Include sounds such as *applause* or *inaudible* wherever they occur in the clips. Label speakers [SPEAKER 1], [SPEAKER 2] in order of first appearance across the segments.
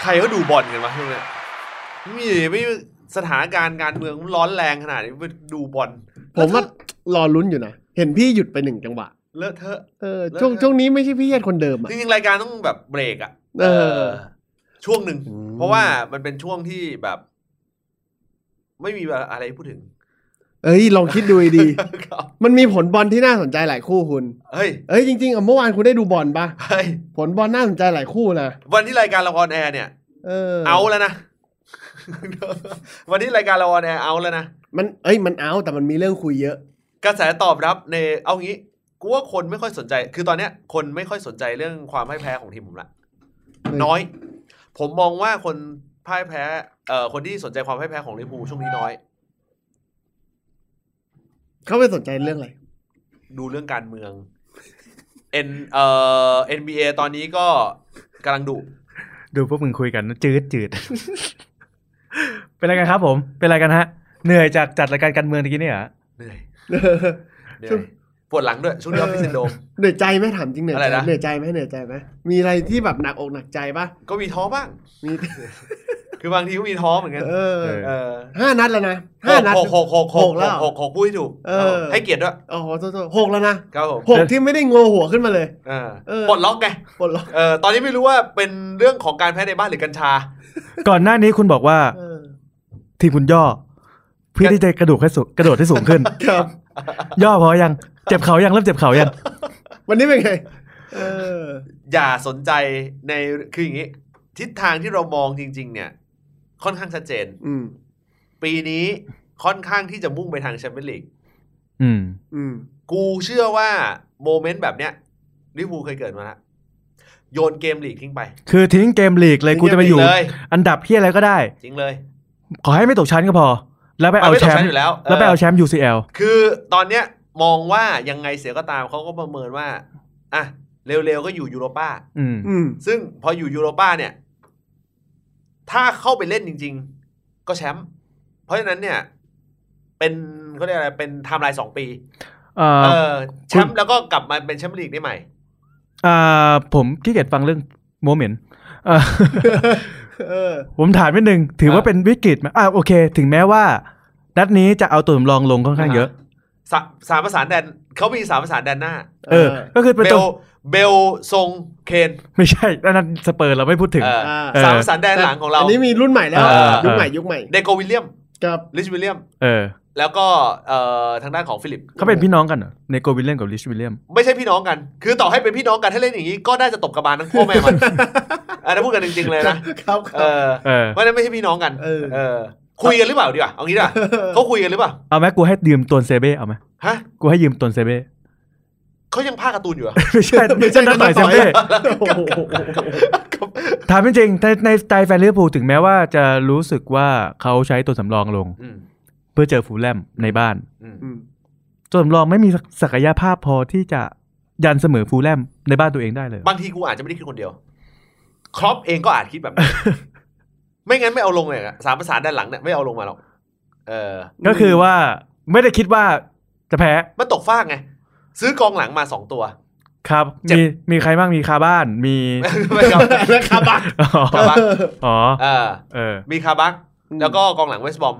[SPEAKER 1] เขาดูบอลกันวะช่วงเนี้ยมีไม่สถานการณ์การเมืองร้อนแรงขนาดนี้ไปดูบอล
[SPEAKER 2] ผมว่ารอลุ้นอยู่นะ เห็นพี่หยุดไปหนึ่งจังหวะ
[SPEAKER 1] เลอะเทอะ
[SPEAKER 2] เออ
[SPEAKER 1] แล้ว
[SPEAKER 2] ช่วง
[SPEAKER 1] นะ
[SPEAKER 2] ช่วงนี้ไม่ใช่พี่เยศคนเดิมอ่ะ
[SPEAKER 1] จริงๆรายการต้องแบบเบรกอะ
[SPEAKER 2] เออ
[SPEAKER 1] ช่วงหนึ่ง
[SPEAKER 2] อืม
[SPEAKER 1] เพราะว่ามันเป็นช่วงที่แบบ ไม่มีอะไรพูดถึง *laughs*
[SPEAKER 2] เอ้ยลองคิดดูดี
[SPEAKER 1] ครับ
[SPEAKER 2] มันมีผลบอลที่น่าสนใจหลายคู่คุณ
[SPEAKER 1] เฮ้ย
[SPEAKER 2] เอ้ยจริงๆอ่ะเมื่อวานคุณได้ดูบอลปะ
[SPEAKER 1] เฮ้ย
[SPEAKER 2] ผลบอลน่าสนใจหลายคู่นะ
[SPEAKER 1] วันที่รายการเราออนแอร์เนี่ย
[SPEAKER 2] เออ
[SPEAKER 1] เอาแล้วนะ *laughs* วันที่รายการเราออนแอร์เอาแล้วนะ
[SPEAKER 2] มันเอ้ยมันเอาแต่มันมีเรื่องคุยเยอะ
[SPEAKER 1] กระแสตอบรับในเอางี้กูว่าคนไม่ค่อยสนใจ คือตอนเนี้ย คนไม่ค่อยสนใจเรื่องความพ่ายแพ้ของทีมผมละ
[SPEAKER 2] อืม
[SPEAKER 1] น้อย ผมมองว่าคนพ่ายแพ้เอ่อคนที่สนใจความพ่ายแพ้ของลิเวอร์พูลช่วงนี้น้อย
[SPEAKER 2] เขาไปสนใจเรื่อง *laughs* อะไร
[SPEAKER 1] ดูเรื่องการเมืองเอ็นเอ่อ NBA ตอนนี้ก็กำลังดุ
[SPEAKER 3] ดูพวกมึงคุยกันนะจืดจืด เป็นอะไรกันครับ ผม เป็นอะไรกันฮะ เหนื่อยจากจัดรายการการเมืองตะกี้เนี่ยเหรอ
[SPEAKER 1] เหนื่อย
[SPEAKER 2] เออ
[SPEAKER 1] เหนื่
[SPEAKER 2] ช่
[SPEAKER 1] อ
[SPEAKER 2] วง
[SPEAKER 1] ยปวดหลังด้วยช่วงนี้ออฟฟิศซินโดรม
[SPEAKER 2] เหนื่อยใจไหมถามจริงเหนื่อย
[SPEAKER 1] อะไร
[SPEAKER 2] ใจ
[SPEAKER 1] นะ
[SPEAKER 2] เหนื่อยใจไหมเหนื่อยใจไหมมีอะไรที่แบบหนักอกหนักใจปะ
[SPEAKER 1] ก็มีท้อบ้าง
[SPEAKER 2] มี
[SPEAKER 1] คือบางทีก็มีท้อเหมือนกัน
[SPEAKER 2] เออ
[SPEAKER 1] เออ
[SPEAKER 2] ห้านัดแล้วนะห้านัด
[SPEAKER 1] หกหกหกหก
[SPEAKER 2] หกแล้ว
[SPEAKER 1] หกหกพูดให้ถูก
[SPEAKER 2] เออ
[SPEAKER 1] ครับผมให้เกียรติด้วย
[SPEAKER 2] โอ้โหโทษโทษหกแล้วนะครับ
[SPEAKER 1] ผม
[SPEAKER 2] หกที่ไม่ได้งอหัวขึ้นมาเลย
[SPEAKER 1] เออ
[SPEAKER 2] เออ
[SPEAKER 1] ปลดล็อกไง
[SPEAKER 2] ปลดล็อก
[SPEAKER 1] เออตอนนี้ไม่รู้ว่าเป็นเรื่องของการแพ้ในบ้านหรือกัญชา
[SPEAKER 3] ก่อนหน้านี้คุณบอกว่า
[SPEAKER 2] เออ
[SPEAKER 3] ทีมคุณย่อ เพื่อที่จะกระโดดให้สูงกระโดดให้สูงขึ้น
[SPEAKER 2] ครับ
[SPEAKER 3] ย่อพอยัง เจ็บเขายังเริ่มเจ็บเขายัง
[SPEAKER 2] วันนี้เป็นไง เออ
[SPEAKER 1] อย่าสนใจในคืออย่างนี้ ทิศทางที่เรามองจริง ๆ เนี่ย ค่อนข้างชัดเจน
[SPEAKER 2] อืม
[SPEAKER 1] ปีนี้ค่อนข้างที่จะมุ่งไปทางแชมเปี้ยนลีก
[SPEAKER 3] อืม
[SPEAKER 2] อืม
[SPEAKER 1] กูเชื่อว่าโมเมนต์แบบเนี้ยลิเวอร์พูลเคยเกิดมาแล้วโยนเกมลีกทิ้งไป
[SPEAKER 3] คือทิ้งเกมลีกเลย
[SPEAKER 2] ทิ้ง
[SPEAKER 3] กูจะไปอยู่
[SPEAKER 1] เลย
[SPEAKER 3] อันดับที่อะไรก็ได้
[SPEAKER 1] จริงเลย
[SPEAKER 3] ขอให้ไม่ตกชั้นก็พอ แล้วไปเอา
[SPEAKER 1] ไม่
[SPEAKER 3] แช
[SPEAKER 1] ตก
[SPEAKER 3] ม
[SPEAKER 1] ชั้น
[SPEAKER 3] ป์
[SPEAKER 1] อยู่แล้วเออ
[SPEAKER 3] แล้วไปเอาแชมป์ UCL
[SPEAKER 1] คือตอนเนี้ยมองว่ายังไงเสียก็ตามเขาก็ประเมินว่าอ่ะเร็วๆก็อยู่ยูโรป้า
[SPEAKER 3] อืม
[SPEAKER 2] อืม
[SPEAKER 1] ซึ่งพออยู่ยูโรป้าเนี่ย ถ้าเข้าไปเล่นจริง ๆ ก็แชมป์เพราะฉะนั้นเนี่ย เป็นเขาเรียกอะไรเป็นไทม์ไลน์สองปี
[SPEAKER 3] เอ่อ
[SPEAKER 1] เออแชม
[SPEAKER 3] คุ
[SPEAKER 1] ป์
[SPEAKER 3] ณ
[SPEAKER 1] แล้วก็กลับมาเป็นแชมเปี้ยนลีกได้ใหม่
[SPEAKER 3] อ่าผมขี้เกียจฟังเรื่องโมเมนต์เอ่อ
[SPEAKER 2] เออ
[SPEAKER 3] ผมถามนิดนึง ถือว่า
[SPEAKER 1] อ่ะ
[SPEAKER 3] เป็นวิกฤตไหมอ่าโอเค ถึงแม้ว่า นัดนี้จะเอาตัวสำรองลงค่อนข้างเยอะ
[SPEAKER 1] สาสามประสานแดนเขามีสามประสานแดนหน้า
[SPEAKER 3] เออ ก็คือเป็น
[SPEAKER 1] เบ
[SPEAKER 3] ตัว
[SPEAKER 1] ลเบลทรงเคน
[SPEAKER 3] ไม่ใช่นัดสเปอร์เราไม่พูดถึง
[SPEAKER 1] เออ
[SPEAKER 2] อ่า
[SPEAKER 3] เออ
[SPEAKER 1] สามประสานแดนหลังของเรา
[SPEAKER 2] อันนี้มีรุ่นใหม่แล้ว
[SPEAKER 1] เออ
[SPEAKER 2] ยุคใหม่ยุคใหม่
[SPEAKER 1] เดโกวิลเลียม
[SPEAKER 2] กับ
[SPEAKER 1] ลิชวิลเลียม
[SPEAKER 3] เออ
[SPEAKER 1] แล้วก็เอ่อทางด้านของฟิลิป
[SPEAKER 3] เขาเป็นพี่น้องกันเหรอเนโกวิลเลียมกับลิชวิลเลียม
[SPEAKER 1] ไม่ใช่พี่น้องกัน คือต่อให้เป็นพี่น้องกันถ้าเล่นอย่างนี้ก็ได้จะตบกระบาลทั้งพ่อแม่มัน
[SPEAKER 3] *laughs*
[SPEAKER 1] อันนั้นพูดกันจริงๆเลยนะ
[SPEAKER 2] ครับค
[SPEAKER 1] เอ
[SPEAKER 2] รับ
[SPEAKER 1] อ
[SPEAKER 3] เออ
[SPEAKER 1] เพราะฉะนั้นไม่ใช่พี่น้องกัน
[SPEAKER 2] เออ
[SPEAKER 1] เออ คุยกันหรือเปล่าดีกว่า เอางี้ดีกว่าเขาคุยกันหรือเปล่า
[SPEAKER 3] เอาไหมกูให้ยืมตัวเซเบ้เอาไหม
[SPEAKER 1] ฮะ
[SPEAKER 3] กูให้ยืมตัวเซเบ้
[SPEAKER 1] เขายังภาคการ์ตูนอยู่เหรอ
[SPEAKER 3] *laughs* ไม่ใช่ไม่ใช่นักต่อยเซเบ้
[SPEAKER 2] โอ้โห
[SPEAKER 3] ถามจริงๆในในสไตล์แฟนลิเวอร์พูลถึงแม้ว่าจะรู้สึกว่าเขาใช้ตัวสำรองลง
[SPEAKER 1] *laughs* อืม
[SPEAKER 3] เพื่อเจอฟูลแลมในบ้าน
[SPEAKER 1] อืม
[SPEAKER 2] อืม
[SPEAKER 3] ตัวสำรองไม่มีศักยภาพพอที่จะยันเสมอฟูลแลมในบ้านตัวเองได้เลย
[SPEAKER 1] บางทีกูอาจจะไม่ได้คิดคนเดียว ครอปเองก็อาจคิดแบบนั้น *laughs* ไม่งั้นไม่เอาลงเลยอะสามภาษานด้านหลังเนี่ยไม่เอาลงมาหรอก เออ
[SPEAKER 3] ก็คือว่าไม่ได้คิดว่าจะแพ้
[SPEAKER 1] มันตกฟากไง ซื้อกองหลังมาสองตัว *laughs*
[SPEAKER 3] ครับ
[SPEAKER 1] เจ็บ
[SPEAKER 3] มีมีใครบ้างมีคาบ้านมี
[SPEAKER 1] *laughs* ไม่ครับ
[SPEAKER 2] แล้วคาบัก
[SPEAKER 3] อ๋อ
[SPEAKER 1] คาบัก
[SPEAKER 3] อ๋อ
[SPEAKER 1] เออ
[SPEAKER 3] เออ
[SPEAKER 1] มีคาบัก แล้วก็กองหลังเวสต์บอม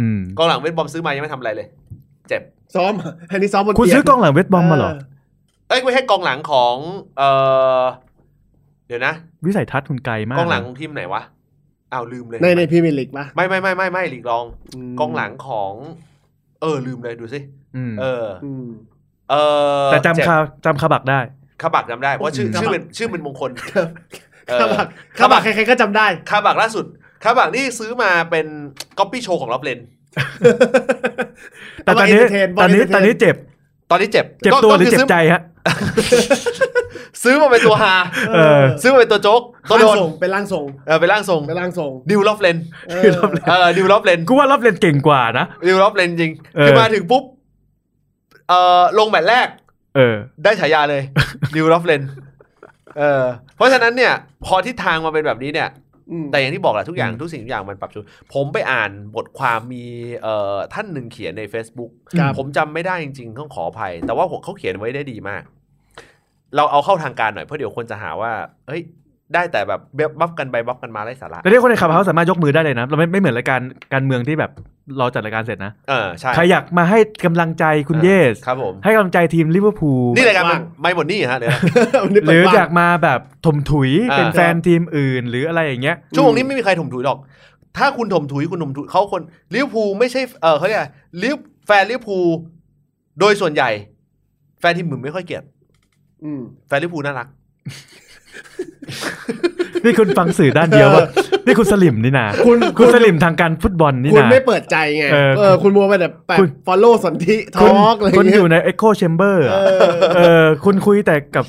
[SPEAKER 3] อืม
[SPEAKER 1] กองหลังเวสต์บอมซื้อมายังไม่ทำอะไรเลย เจ็บ
[SPEAKER 2] ซ้อม อันนี้ซ้อมบน
[SPEAKER 3] คุณ
[SPEAKER 2] เตีย
[SPEAKER 3] ซื้อกองหลังเวทบอมมาเหรอ
[SPEAKER 1] เอ้ยไม่ใช่กองหลังของ เออเดี๋ยวนะ
[SPEAKER 3] วิสัยทัศน์คุณไกลมาก
[SPEAKER 1] กองหลังข
[SPEAKER 3] นะ
[SPEAKER 1] องทีมไหนวะ อ้าวลืมเลย
[SPEAKER 2] ในในพรีเมียร์ลีกปะ
[SPEAKER 1] ไม่ไม่ไม่ไม่ไม่หลีกรอง
[SPEAKER 2] ม
[SPEAKER 1] กองหลังของ เออลืมเลยดูสิ
[SPEAKER 3] อืม
[SPEAKER 1] เออ
[SPEAKER 2] อืม
[SPEAKER 1] เออ
[SPEAKER 3] แต่
[SPEAKER 1] เบ
[SPEAKER 3] จำคาจำคาบักได้
[SPEAKER 1] คาบักจำได้ เพราะชื่อ
[SPEAKER 2] คาบัก
[SPEAKER 1] ชื่อเป็นชื่อเป็นมงคลเออ
[SPEAKER 2] คาบักคาบักใครๆก็จำได้
[SPEAKER 1] คาบักล่าสุด คาบักนี่ซื้อมาเป็นก๊อปปี้โชว์ของล็อบเลน
[SPEAKER 3] แต่ตอนนี้
[SPEAKER 2] entertain
[SPEAKER 3] ตอนนี้
[SPEAKER 2] entertain
[SPEAKER 3] ตอนนี้เจ็บ
[SPEAKER 1] ตอนนี้เจ็บ
[SPEAKER 3] เจ็บ
[SPEAKER 1] ก็
[SPEAKER 3] ตัว
[SPEAKER 1] ก็
[SPEAKER 3] หรือ
[SPEAKER 1] คื
[SPEAKER 3] เจ็บใจฮะ
[SPEAKER 1] ซื้อมาเป็นตัวฮา
[SPEAKER 3] เออ
[SPEAKER 1] ซื้อมาเป็นตัวโจ๊กตัว
[SPEAKER 2] ร่าง
[SPEAKER 1] โดน
[SPEAKER 2] ทรงเป็นร่างทรง
[SPEAKER 1] เออเป็นร่างทรง
[SPEAKER 2] เป็นร่างทรง
[SPEAKER 1] ดิวล็อบเลน
[SPEAKER 2] เออ
[SPEAKER 1] เออดิวล็อบเลน
[SPEAKER 3] กูว่ารับเล่นเก่งกว่านะ
[SPEAKER 1] ริวรอบเลนจริง
[SPEAKER 3] เออ
[SPEAKER 1] คือมาถึงปุ๊บ เอ่อ ลงแมตช์แรก
[SPEAKER 3] เออ
[SPEAKER 1] ได้ฉายาเลย ริวรอบเลน เออ เพราะฉะนั้นเนี่ย พอทิศทางมาเป็นแบบนี้เนี่ย
[SPEAKER 2] อืม
[SPEAKER 1] แต่อย่างที่บอกแหละทุกอย่าง
[SPEAKER 3] อืม
[SPEAKER 1] ทุกสิ่งทุกอย่างมันปรับจูนผมไปอ่านบทความมีเอ่อท่านหนึ่งเขียนใน Facebook
[SPEAKER 2] ครับ
[SPEAKER 1] ผมจำไม่ได้จริงๆ ต้องขออภัย แต่ว่าเขาเขียนไว้ได้ดีมาก เราเอาเข้าทางการหน่อยเพราะเดี๋ยวคนจะหาว่า เฮ้ย ได้แต่แบบบัฟกันไปบัฟกันมาไร้สาระ
[SPEAKER 3] แต่ที่คนในขับเฮาสามารถยกมือได้เลยนะเราไม่ไม่เหมือนรายการการเมืองที่แบบเราจัดรายการเสร็จนะ
[SPEAKER 1] เออใช่
[SPEAKER 3] ใครอยากมาให้กำลังใจคุณเยส
[SPEAKER 1] ครับผม
[SPEAKER 3] ให้กำลังใจทีมลิเวอร์พูล
[SPEAKER 1] นี่รายการมันไม่หมดนี่ฮะเดี๋ยวนะ
[SPEAKER 2] วันนี้
[SPEAKER 3] ห
[SPEAKER 2] เปิด
[SPEAKER 3] รือ
[SPEAKER 2] บ้น
[SPEAKER 3] อยากมาแบบถมถุย
[SPEAKER 1] อ่า
[SPEAKER 3] เป็นแฟนทีมอื่น หรืออะไรอย่างเงี้ย
[SPEAKER 1] ช่วงนี้ไม่มีใครถมถุยหรอก ถ้าคุณถมถุยคุณถมถุยเขาคนลิเวอร์พูลไม่ใช่ เออเขาเรียกอะไรลิเวอร์แฟนลิเวอร์พูลโดยส่วนใหญ่ แฟนทีมอื่นไม่ค่อยเกลียด
[SPEAKER 2] อืม
[SPEAKER 1] แฟนลิเวอร์พูลน่ารัก
[SPEAKER 3] นี่คุณฟังสื่อด้านเดียวว่า นี่คุณสลิมนี่นา
[SPEAKER 2] คุณ
[SPEAKER 3] คุณสลิมทางการฟุตบอลนี่
[SPEAKER 2] คุณ
[SPEAKER 3] นา
[SPEAKER 2] ไม่เปิดใจไง
[SPEAKER 3] เออ
[SPEAKER 2] เออคุณมัวไปแต่แบบ
[SPEAKER 3] คุณ
[SPEAKER 2] ฟอลโล่สันทิท
[SPEAKER 3] คุณ
[SPEAKER 2] อกอะไร
[SPEAKER 3] คุณ
[SPEAKER 2] เงี้
[SPEAKER 3] อย ยู่ใน Echo Chamber
[SPEAKER 2] เอ
[SPEAKER 3] อะ
[SPEAKER 2] อ
[SPEAKER 3] เออคุณคุยแต่กับ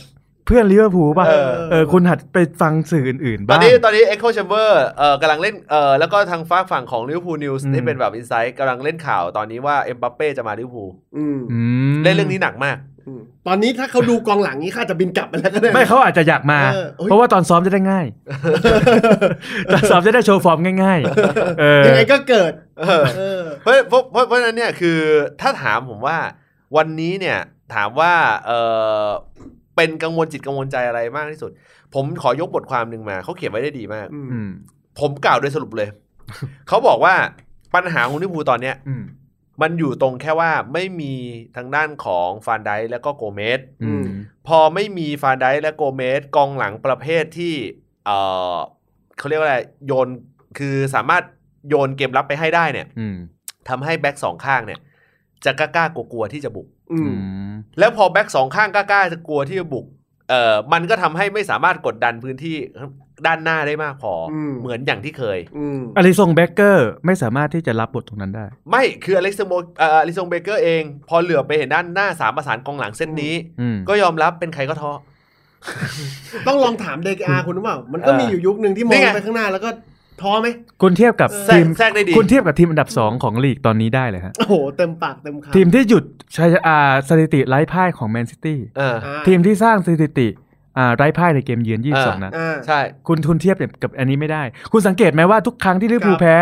[SPEAKER 3] เพื่อนลิเวอร์พูลป่ะ
[SPEAKER 1] เออ
[SPEAKER 3] เออคุณหัดไปฟังสื่ออื่นๆ
[SPEAKER 1] ตอ
[SPEAKER 3] บ้าน ง
[SPEAKER 1] นี้ตอนนี้ Echo Chamber เอ่อกำลังเล่นเอ่อแล้วก็ทางฝากฝั่งของลิเวอร์พูลนิวส์
[SPEAKER 3] อืม
[SPEAKER 1] ที่เป็นแบบอินไซต์กำลังเล่นข่าวตอนนี้ว่าเอ็มบัปเป้จะมาลิเวอร์พูล
[SPEAKER 2] อืม
[SPEAKER 3] อืม
[SPEAKER 1] เล่นเรื่องนี้หนักมาก
[SPEAKER 2] อืมตอนนี้ถ้าเขาดูกองหลังนี้ข้าจะบินกลับไปแล้วก็ได้
[SPEAKER 3] ไม่เขาอาจจะอยากมา
[SPEAKER 2] เออเฮ้ย
[SPEAKER 3] เพราะว่าตอนซ้อมจะได้ง่าย ตอนซ้อมจะได้โชว์ฟอร์มง่ายๆ เออ
[SPEAKER 2] ยังไงก็เกิด
[SPEAKER 1] เออ
[SPEAKER 2] เออ
[SPEAKER 1] เพราะเพราะเพราะเพราะฉะนั้นเนี่ยคือถ้าถามผมว่าวันนี้เนี่ยถามว่าเออเป็นกังวลจิตกังวลใจอะไรมากที่สุด ผมขอยกบทความหนึ่งมาเขาเขียนไว้ได้ดีมาก
[SPEAKER 2] อืม
[SPEAKER 3] อืม
[SPEAKER 1] ผมกล่าวโดยสรุปเลย เขาบอกว่าปัญหาของลิเวอร์พูลตอนเนี้ย
[SPEAKER 3] อืม
[SPEAKER 1] มันอยู่ตรงแค่ว่าไม่มีทางด้านของฟานไดค์แล้วก็โกเมส
[SPEAKER 3] อืม
[SPEAKER 1] พอไม่มีฟานไดค์และโกเมสกองหลังประเภทที่ เออเขาเรียกว่าอะไรโยนคือสามารถโยนเกมรับไปให้ได้เนี่ย
[SPEAKER 3] อืม
[SPEAKER 1] ทำให้แบ็กสองข้างเนี่ย จะกล้ากล้ากลัวๆที่จะบุก
[SPEAKER 2] อื
[SPEAKER 3] อื
[SPEAKER 2] ม
[SPEAKER 3] ม
[SPEAKER 1] แล้วพอแบ็กสองข้างกล้ากล้าจะกลัวที่จะบุกเอ่อมันก็ทำให้ไม่สามารถกดดันพื้นที่ด้านหน้าได้มากพออ
[SPEAKER 2] ม
[SPEAKER 1] เหมือนอย่างที่เคย
[SPEAKER 2] อืม
[SPEAKER 3] อลิซงแบ็กเกอร์ไม่สามารถที่จะรับบทตรงนั้นได้
[SPEAKER 1] ไม่คืออเล็กซ์โมเอ่ออลิซงเบเกอร์เอง พอเหลือบไปเห็นด้านหน้าสามประสานกองหลังเส้นนี้
[SPEAKER 3] อืม
[SPEAKER 1] ก็ยอมรับเป็นใครก็ท้อ
[SPEAKER 2] ต้องลองถามเด็กอาคุณรู้เปล่า มันก็มีอยู่ยุคหนึ่งที่มอ
[SPEAKER 1] นี่
[SPEAKER 2] ง
[SPEAKER 1] ไง
[SPEAKER 2] ไปข้างหน้าแล้วก็ท้อไหม
[SPEAKER 3] คุณเทียบกับ
[SPEAKER 1] แทร
[SPEAKER 3] ที
[SPEAKER 1] ก
[SPEAKER 3] ม
[SPEAKER 1] แทรกได้ดี
[SPEAKER 3] คุณเทียบกับทีมอันดับสองของลีกตอนนี้ได้เลยฮะ
[SPEAKER 2] โอ้โห เต็มปากเต็มคำ
[SPEAKER 3] ทีมที่หยุดชัยอ่าสถิติไร้พ่ายของแมนซิตี้
[SPEAKER 1] เออ
[SPEAKER 2] อ่า
[SPEAKER 3] ทีมที่สร้างสถิติอ่าไร้พ่ายในเกมเยือน
[SPEAKER 1] อ่า
[SPEAKER 3] 22 นัด
[SPEAKER 2] อ่า
[SPEAKER 1] ใช่
[SPEAKER 3] คุณทุนเทียบเนี่ยกับอันนี้ไม่ได้ คุณสังเกตไหมว่าทุกครั้งที่ลิเวอร์พูล
[SPEAKER 2] ครับ
[SPEAKER 3] แพ้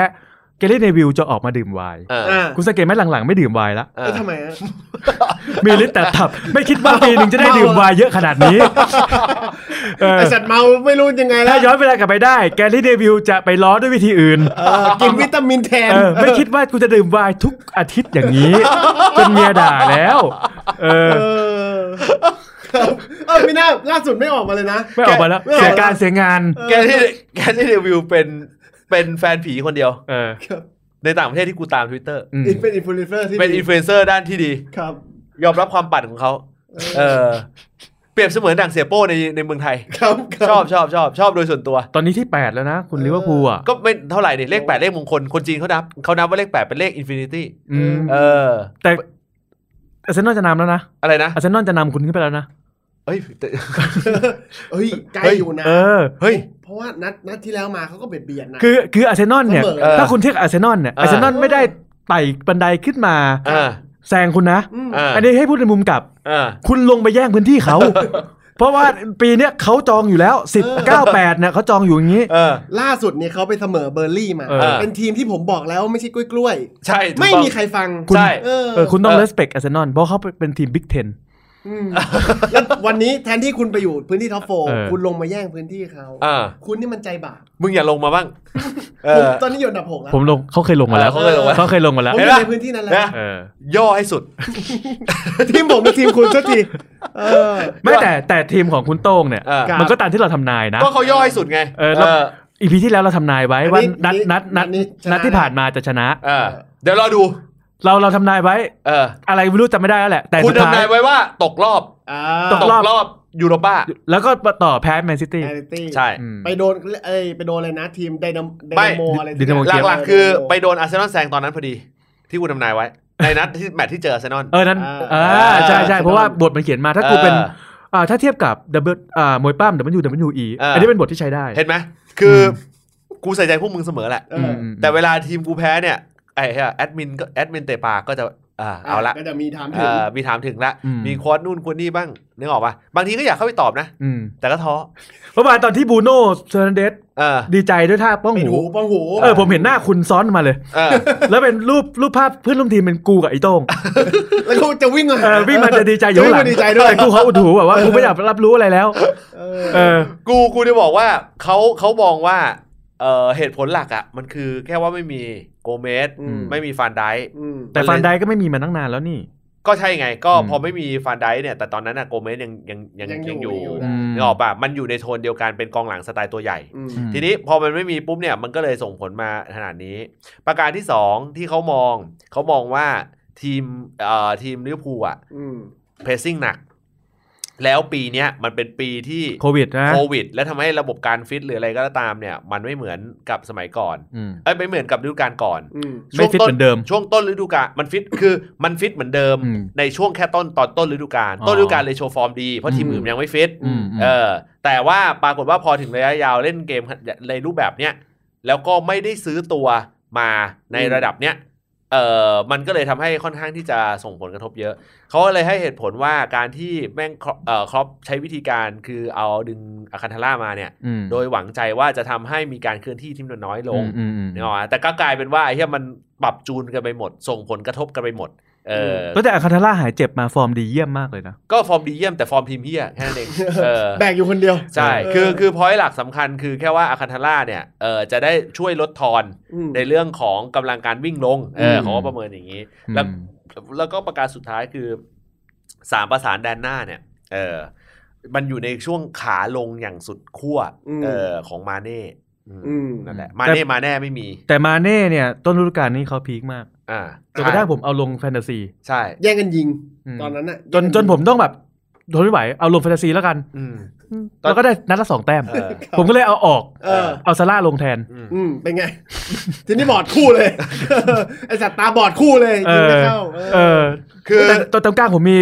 [SPEAKER 3] เกเรตเนวิลจะออกมาดื่มไวน์
[SPEAKER 1] เออ
[SPEAKER 2] อ่า
[SPEAKER 3] คุณสังเกตไหมหลังๆ ไม่ดื่มไวน์ละ
[SPEAKER 1] เออ
[SPEAKER 2] แล้วทำไมอ่ะ
[SPEAKER 3] มีฤทธิ์แต่ตับ ไม่คิดว่าปีหนึ่งจะได้ดื่มไวน์เยอะขนาดนี้ เออ
[SPEAKER 2] ไอสัตว์เมาไม่รู้ยังไงแล้
[SPEAKER 3] ถ้าว ย้อนเวลากลับไปได้ เกเรตเนวิลจะไปล้อด้วยวิธีอื่น
[SPEAKER 2] เออกินวิตามินแทน
[SPEAKER 3] เออ ไม่คิดว่ากูจะดื่มไวน์ทุกอาทิตย์อย่างนี้ จนเมียด่าแล้ว เออ
[SPEAKER 2] เออครับเออไม่น่าล่าสุดไม่ออกมาเลยนะ
[SPEAKER 3] ไม่ออกมาแล้ว
[SPEAKER 2] ไม่ออกมา
[SPEAKER 3] เสียการเสียงาน
[SPEAKER 1] แกที่แกที่รีวิวเป็นเป็นแฟนผีคนเดียว
[SPEAKER 3] เออ
[SPEAKER 2] ครับ
[SPEAKER 1] ในต่างประเทศที่กูตาม Twitter
[SPEAKER 3] อืม
[SPEAKER 2] อินเป็นอินฟลูเอนเซอร์ที่
[SPEAKER 1] เป็น
[SPEAKER 2] ดี
[SPEAKER 1] อินฟลูเอนเซอร์ด้านที่ดี
[SPEAKER 2] ครับ
[SPEAKER 1] ยอมรับความปั่นของเขาเออ เปรียบเสมือนดั่งเสียโป้ในในเมืองไทย
[SPEAKER 2] ครับครั
[SPEAKER 1] ชอบชอบชอบชอบโดยส่วนตัว
[SPEAKER 3] ตอนนี้ที่แปดแล้วนะ คุณลิเวอร์พูลอ่ะ
[SPEAKER 1] ก็ไม่เท่าไหร่เนี่ยเลขแปดเลขมงคล คนจีนเขานับเขานับว่าเลขแปดเป็นเลขอินฟินิตี้
[SPEAKER 3] อืม
[SPEAKER 1] เออ
[SPEAKER 3] แต่อาร์เซนอลจะนำแล้วนะ
[SPEAKER 1] อะไรนะ
[SPEAKER 3] อาร์เซนอลจะนำคุณขึ้นไปแล้วนะ
[SPEAKER 1] เฮ้ย *laughs* แต่
[SPEAKER 2] เฮ้ยใกล้อยู่นะ
[SPEAKER 3] เออ
[SPEAKER 1] เฮ้ย
[SPEAKER 2] เพราะว่านัดนัดที่แล้วมาเขาก็เบียดเบียดนะ
[SPEAKER 3] คือคืออาร์เซนอลเนี่ย
[SPEAKER 2] เสมอ
[SPEAKER 1] เออ
[SPEAKER 3] ถ้าคุณเทียบกับอาร์เซนอลเนี่ย
[SPEAKER 1] เออ
[SPEAKER 3] อาร์เซนอลไม่ได้ไต่บันไดขึ้นมา
[SPEAKER 1] อ่า
[SPEAKER 3] แซงคุณนะ
[SPEAKER 2] ม
[SPEAKER 1] อ่า
[SPEAKER 3] อันนี้ให้พูดในมุมกลับ
[SPEAKER 1] อ่า
[SPEAKER 3] คุณลงไปแย่งพื้นที่เขา เพราะว่าปีเนี้ยเขาจองอยู่แล้ว 10 9 8เนี่ยเขาจองอยู่อย่างนี้
[SPEAKER 1] เออ
[SPEAKER 2] ล่าสุดเนี่ยเขาไปเสมอเบอร์ลี่มา
[SPEAKER 3] เออ
[SPEAKER 2] เป็นทีมที่ผมบอกแล้วไม่ใช่กล้วยกล้วยๆ
[SPEAKER 1] ใช่ถูกต้อง
[SPEAKER 2] ไม่มีใครฟัง
[SPEAKER 1] คุณใช่
[SPEAKER 2] เออ
[SPEAKER 3] เออคุณต้อง
[SPEAKER 1] เอ
[SPEAKER 3] เล
[SPEAKER 1] อ
[SPEAKER 3] สเปกอาร์เซนอลเพราะเขาเป็นทีมบิ๊กเทน
[SPEAKER 2] อืมแล้ววันนี้แทนที่คุณไปอยู่พื้นที่ท็อปโฟ
[SPEAKER 3] เออ
[SPEAKER 2] คุณลงมาแย่งพื้นที่เขา
[SPEAKER 1] อ่า
[SPEAKER 2] คุณนี่มันใจบาป
[SPEAKER 1] มึงอย่าลงมาบ้าง เอ
[SPEAKER 2] ผม
[SPEAKER 1] อ
[SPEAKER 2] ตอนนี้อยู่อันดับหกแล้ว
[SPEAKER 3] ผมลงเขาเคยลงมาแล้ว
[SPEAKER 1] เออเขาเคยลงมา
[SPEAKER 3] เขาเคยลงมาแล้
[SPEAKER 2] ผ
[SPEAKER 3] ว
[SPEAKER 2] มอ
[SPEAKER 1] เห็นปะ
[SPEAKER 2] ยู่ในพื้นที่นั้นแล้ว
[SPEAKER 1] นะ
[SPEAKER 3] เออ
[SPEAKER 1] ย่อให้สุด
[SPEAKER 2] ทีมผมเป็นทีมคุณสักทีเออ
[SPEAKER 3] ไม่แต่แต่ทีมของคุณโต้งเนี่ย
[SPEAKER 1] เออ
[SPEAKER 2] ครับ
[SPEAKER 3] มันก็ตามที่เราทำนายนะ
[SPEAKER 1] ก็เขาย่อให้สุดไง
[SPEAKER 3] เออแล้ว อีพีที่แล้วเราทำนายไว้ว่า
[SPEAKER 2] อันนี้
[SPEAKER 3] นัดนัดนัด
[SPEAKER 2] อันนี้ชนะ
[SPEAKER 3] นัดที่ผ่านมาจะชนะ
[SPEAKER 1] เออเดี๋ยวรอดู
[SPEAKER 3] เราเราทำนายไว้
[SPEAKER 1] เออ
[SPEAKER 3] อะไรไม่รู้จำไม่ได้แล้วแหละ แต่
[SPEAKER 1] คุณ
[SPEAKER 3] สุดท้า
[SPEAKER 1] ทำนาย ยไว้ว่าตกรอบ
[SPEAKER 2] อ่า
[SPEAKER 3] ตก
[SPEAKER 1] ต
[SPEAKER 3] รอบ
[SPEAKER 1] กรอบยูโรป้า
[SPEAKER 3] แล้วก็ต่อแพ้แมนซิตี้
[SPEAKER 2] แอริตี้
[SPEAKER 1] ใช่
[SPEAKER 3] อืม
[SPEAKER 2] ไปโดนเอ้ยไปโดนเลยนะทีมไดนามได
[SPEAKER 1] ไม่
[SPEAKER 2] นาโมอะไรสั
[SPEAKER 3] ไดนาโม
[SPEAKER 2] อย่ง
[SPEAKER 1] หลักๆคือไปโดนอาร์เซนอลแซงตอนนั้นพอดี ที่คุณทำนายไว้ ในนัดที่ *laughs* แมตช์ที่เจออาร์เซนอล
[SPEAKER 3] เออนั้นเออใช่ใช่เพราะว่าบทมันเขียนมาถ้ากูเป็นอ่าถ้าเทียบกับ W อ่ามวยปั้ม W W E
[SPEAKER 1] เอออั
[SPEAKER 3] อันนี้เป็นบทที่ใช้ได้
[SPEAKER 1] เห็นไหมคืออกูใส่ใจพวกมึงเสมอแหละ
[SPEAKER 2] เอ
[SPEAKER 3] อื
[SPEAKER 2] อ
[SPEAKER 3] ม
[SPEAKER 2] อ
[SPEAKER 1] แต่เวลาทีมกูแพ้เนี่ยไอ้เหี้ยแอดมินก็แอดมินเตะปากก็จะ อ่าเอาละ
[SPEAKER 2] ก็จะมีถามถึง
[SPEAKER 1] เอ่อมีถามถึงละ
[SPEAKER 3] อืม
[SPEAKER 1] มีโควอดนู่นโควอดนี่บ้างนึกออกปะบางทีก็อยากเข้าไปตอบนะ
[SPEAKER 3] อืม
[SPEAKER 1] แต่ก็ท้อ
[SPEAKER 3] ประมาณตอนที่บูโน่เซอร์นันเดส
[SPEAKER 1] เออ
[SPEAKER 3] ดีใจด้วยท่าป้อง
[SPEAKER 2] ปิด
[SPEAKER 3] หู
[SPEAKER 2] หูป้องหู
[SPEAKER 3] เออผมเห็นหน้าคุณซ้อน
[SPEAKER 1] *laughs*
[SPEAKER 3] มาเลย
[SPEAKER 1] เออ
[SPEAKER 3] แล้วเป็นรูปรูปภาพเพื่อนร่วมทีมเป็นกูกับไอ้โต้ง
[SPEAKER 2] แล้วก็จะวิ่งมา
[SPEAKER 3] เออวิ่งมันจะดีใจอยู่ข้างหลั
[SPEAKER 2] วิ่
[SPEAKER 3] ง
[SPEAKER 2] งมาดีใจด้วย
[SPEAKER 3] แต่กูเขาอุดหูแบบว่ากูไม่อยากรับรู้อะไรแล้ว
[SPEAKER 2] เออ
[SPEAKER 3] เออ
[SPEAKER 1] กูกูจะบอกว่าเขาเขามองว่าเออเหตุผลหลักอ่ะ มันคือแค่ว่าไม่มีโกเมส
[SPEAKER 2] อืม
[SPEAKER 1] ไม่มีฟานไดค์
[SPEAKER 2] อืม
[SPEAKER 3] แต่ฟันได้ก็ไม่มีมาตั้งนานแล้วนี่
[SPEAKER 1] ก็ใช่ไง ก็
[SPEAKER 3] อืม
[SPEAKER 1] พอไม่มีฟานไดค์เนี่ย แต่ตอนนั้นน่ะโกเมสยังยังยังยังอยู่
[SPEAKER 2] นะ
[SPEAKER 1] นึกออกป่ะมันอยู่ในโทนเดียวกันเป็นกองหลังสไตล์ตัวใหญ่
[SPEAKER 2] อืม
[SPEAKER 1] ทีนี้พอมันไม่มีปุ๊บเนี่ยมันก็เลยส่งผลมาขนาดนี้ ประการที่สองที่เขามองเขามองว่าทีมเอ่อทีมลิเวอร์พูลอ่ะ
[SPEAKER 2] อืม
[SPEAKER 1] เพรสซิ่งหนัก แล้วปีเนี้ยมันเป็นปีที่
[SPEAKER 3] โควิดนะ
[SPEAKER 1] โควิด และทำให้ระบบการฟิตหรืออะไรก็ตามเนี่ย มันไม่เหมือนกับสมัยก่อน
[SPEAKER 3] อืม
[SPEAKER 1] เอ้ยไม่เหมือนกับฤดูกาลก่อน
[SPEAKER 2] อืม
[SPEAKER 3] ไม่ฟิต
[SPEAKER 1] ช่วงต้
[SPEAKER 3] เหมือนเดิม
[SPEAKER 1] ช่วงต้นฤดูกาลมันฟิตคือมันฟิตเหมือนเดิม
[SPEAKER 3] อืม
[SPEAKER 1] ในช่วงแค่ต้นตอนต้นฤดูกาล
[SPEAKER 3] อ๋อ
[SPEAKER 1] ต้นฤดูกาลเลยโชว์ฟอร์มดีเพราะทีม
[SPEAKER 3] อืม
[SPEAKER 1] อื่นยังไม่ฟิต
[SPEAKER 3] อืมม
[SPEAKER 1] เออ แต่ว่าปรากฏว่าพอถึงระยะยาวเล่นเกมในรูปแบบเนี้ยแล้วก็ไม่ได้ซื้อตัวมาใน
[SPEAKER 2] อืม
[SPEAKER 1] ระดับเนี้ยเออมันก็เลยทำให้ค่อนข้างที่จะส่งผลกระทบเยอะ เขาก็เลยให้เหตุผลว่าการที่แม่งครอปเอ่อครอปใช้วิธีการคือเอาดึงอาคันทาร่ามาเนี่ย
[SPEAKER 3] อืม
[SPEAKER 1] โดยหวังใจว่าจะทำให้มีการเคลื่อนที่ที่มันน้อยลง
[SPEAKER 3] อืมอืม
[SPEAKER 1] เนกออกปะแต่ก็กลายเป็นว่าไอ้เหี้ยมันปรับจูนกันไปหมด ส่งผลกระทบกันไปหมด เออ
[SPEAKER 3] ตั้งแต่อาคาทาร่าหายเจ็บมาฟอร์มดีเยี่ยมมากเลยนะ
[SPEAKER 1] ก็ฟอร์มดีเยี่ยมแต่ฟอร์มทีมเฮียแค่นั้นเองเออ
[SPEAKER 2] แบกอยู่คนเดียว
[SPEAKER 1] ใช่
[SPEAKER 2] เ
[SPEAKER 1] คือคือพอยต์หลักสำคัญคือแค่ว่าอาคันทาร่าเนี่ยเออจะได้ช่วยลดทอน
[SPEAKER 2] ม
[SPEAKER 1] ในเรื่องของกำลังการวิ่งลงเออ
[SPEAKER 3] อืม
[SPEAKER 1] เขาก็ประเมินอย่างนี้ แล้ว
[SPEAKER 3] อืม
[SPEAKER 1] แล้วก็ประการสุดท้ายคือสามประสานแดนหน้าเนี่ย เออ มันอยู่ในช่วงขาลงอย่างสุดขั้ว
[SPEAKER 2] อืม
[SPEAKER 1] เออของมาเน่อืม
[SPEAKER 2] อืม
[SPEAKER 1] นั่นแหละ
[SPEAKER 3] อืม
[SPEAKER 1] มา
[SPEAKER 3] แต่
[SPEAKER 1] เน่มาแน่ไม่มี
[SPEAKER 3] แต่มาเน่เนี่ย ต้นฤดูกาลนี้เขาพีคมาก
[SPEAKER 1] อ่า
[SPEAKER 3] จนกระทั่งผมเอาลงแฟนตาซี
[SPEAKER 1] ใช่
[SPEAKER 2] แย่งกันยิง
[SPEAKER 3] อืม
[SPEAKER 2] ตอนนั้นน่ะ
[SPEAKER 3] จนจนผมต้องแบบทนไม่ไหวเอาลงแฟนตาซีแล้วกัน
[SPEAKER 1] อืม ตอน
[SPEAKER 3] แล้วก็ได้นัดละสองแต้ม
[SPEAKER 1] เออ
[SPEAKER 3] ผมก็เลยเอาออก
[SPEAKER 2] เออ
[SPEAKER 3] เอาซาร่าลงแทน
[SPEAKER 1] อืม
[SPEAKER 2] อืม เป็นไง *laughs* ทีนี้บอดคู่เลย *laughs* ไอสัตว์ตาบอดคู่เลย
[SPEAKER 3] เอ
[SPEAKER 2] ยิง
[SPEAKER 3] อ
[SPEAKER 2] ไม่เข้า
[SPEAKER 3] เออ
[SPEAKER 1] คือ
[SPEAKER 3] แต่ตอนตรงกลางผมมี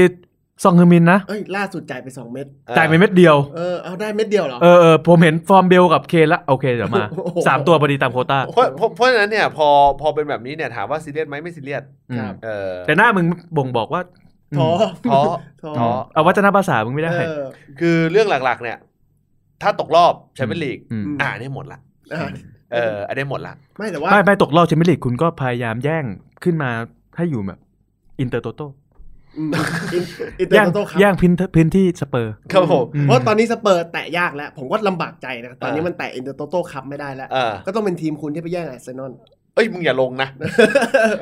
[SPEAKER 3] ซองฮึมินนะ
[SPEAKER 2] เอ้ย ล่าสุดจ่ายไปสองเม็ด
[SPEAKER 3] จ่ายไปเม็ดเดียว
[SPEAKER 2] เออ เอาได้เม็ดเดียวเหรอ
[SPEAKER 3] เออเออผมเห็นฟอร์มเบลกับเคนละโอเคเดี๋ยวมา
[SPEAKER 2] โอ้โห
[SPEAKER 3] สามตัวพอดีตามโควต้า
[SPEAKER 1] เพราะเพราะเพราะฉะนั้นเนี่ยพอพอเป็นแบบนี้เนี่ยถามว่าซีเรียสไหมไม่ซีเรียส
[SPEAKER 3] อืม
[SPEAKER 1] เออ
[SPEAKER 3] แต่หน้ามึงบ่งบอกว่าอืม
[SPEAKER 2] ท้อ
[SPEAKER 1] ท้อ
[SPEAKER 2] ท้อ
[SPEAKER 1] ท้อ
[SPEAKER 3] เอาวัจนภาษามึงไม่ได้
[SPEAKER 2] เออ
[SPEAKER 1] คือเรื่องหลักๆ เนี่ย ถ้าตกรอบแชมเปี้ยนลีก
[SPEAKER 3] อืม
[SPEAKER 1] อ่าได้หมดละ
[SPEAKER 2] อ่ะ
[SPEAKER 1] เอออันนี้หมดละ
[SPEAKER 2] ไม่แต่ว่า
[SPEAKER 3] ไม่ไม่ตกรอบแชมเปี้ยนลีกคุณก็พยายามแย่งขึ้นมาให้อยู่แบบ อินเตอร์โตโต้
[SPEAKER 2] อืมอินอินเตอ
[SPEAKER 3] แย่ง
[SPEAKER 2] ร์โตครับ
[SPEAKER 3] แย่งพื้นพื้นที่สเปอร์
[SPEAKER 1] ครับผม
[SPEAKER 2] เพราะตอนนี้สเปอร์แตะยากแล้ว ผมก็ลำบากใจนะ ตอนนี้มันแตะอินเตอร์โตโต้คัพไม่ได้แล้ว
[SPEAKER 1] เออ
[SPEAKER 2] ก็ต้องเป็นทีมคุณที่ไปแย่งอาร์เซนอล
[SPEAKER 1] เอ้ยมึงอย่าลงนะ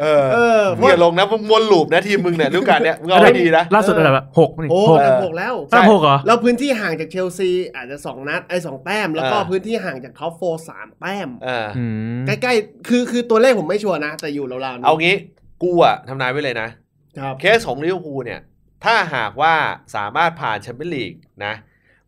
[SPEAKER 1] เออ
[SPEAKER 2] เออเพ
[SPEAKER 1] มึง
[SPEAKER 2] ราะ
[SPEAKER 1] อย่าลงนะมึงวนลูปนะทีมมึงเนี่ยฤดูกาลเนี่ยมึงเอาให้ดีนะ
[SPEAKER 3] ล่าสุดอะไรแบบหกนี่
[SPEAKER 2] โอ้
[SPEAKER 3] หก
[SPEAKER 2] อันดับหกแล้ว
[SPEAKER 3] ตั้งหกเหรอ
[SPEAKER 2] แล้วพื้นที่ห่างจากเชลซีอาจจะ 2 นัดไอ้สองแต้ม แล้วก็
[SPEAKER 1] อ่า
[SPEAKER 2] พื้นที่ห่างจากท็อปโฟร์สามแต้ม
[SPEAKER 1] เออ
[SPEAKER 3] อืม
[SPEAKER 2] ใกล้ๆ คือคือตัวเลขผมไม่ชัวร์นะ แต่อยู่ราวๆนี้
[SPEAKER 1] เอางี้กูอะทำนายไว้เลยนะ
[SPEAKER 2] ครับ
[SPEAKER 1] เคสของลิเวอร์พูลเนี่ย ถ้าหากว่าสามารถผ่านแชมเปี้ยนลีกนะ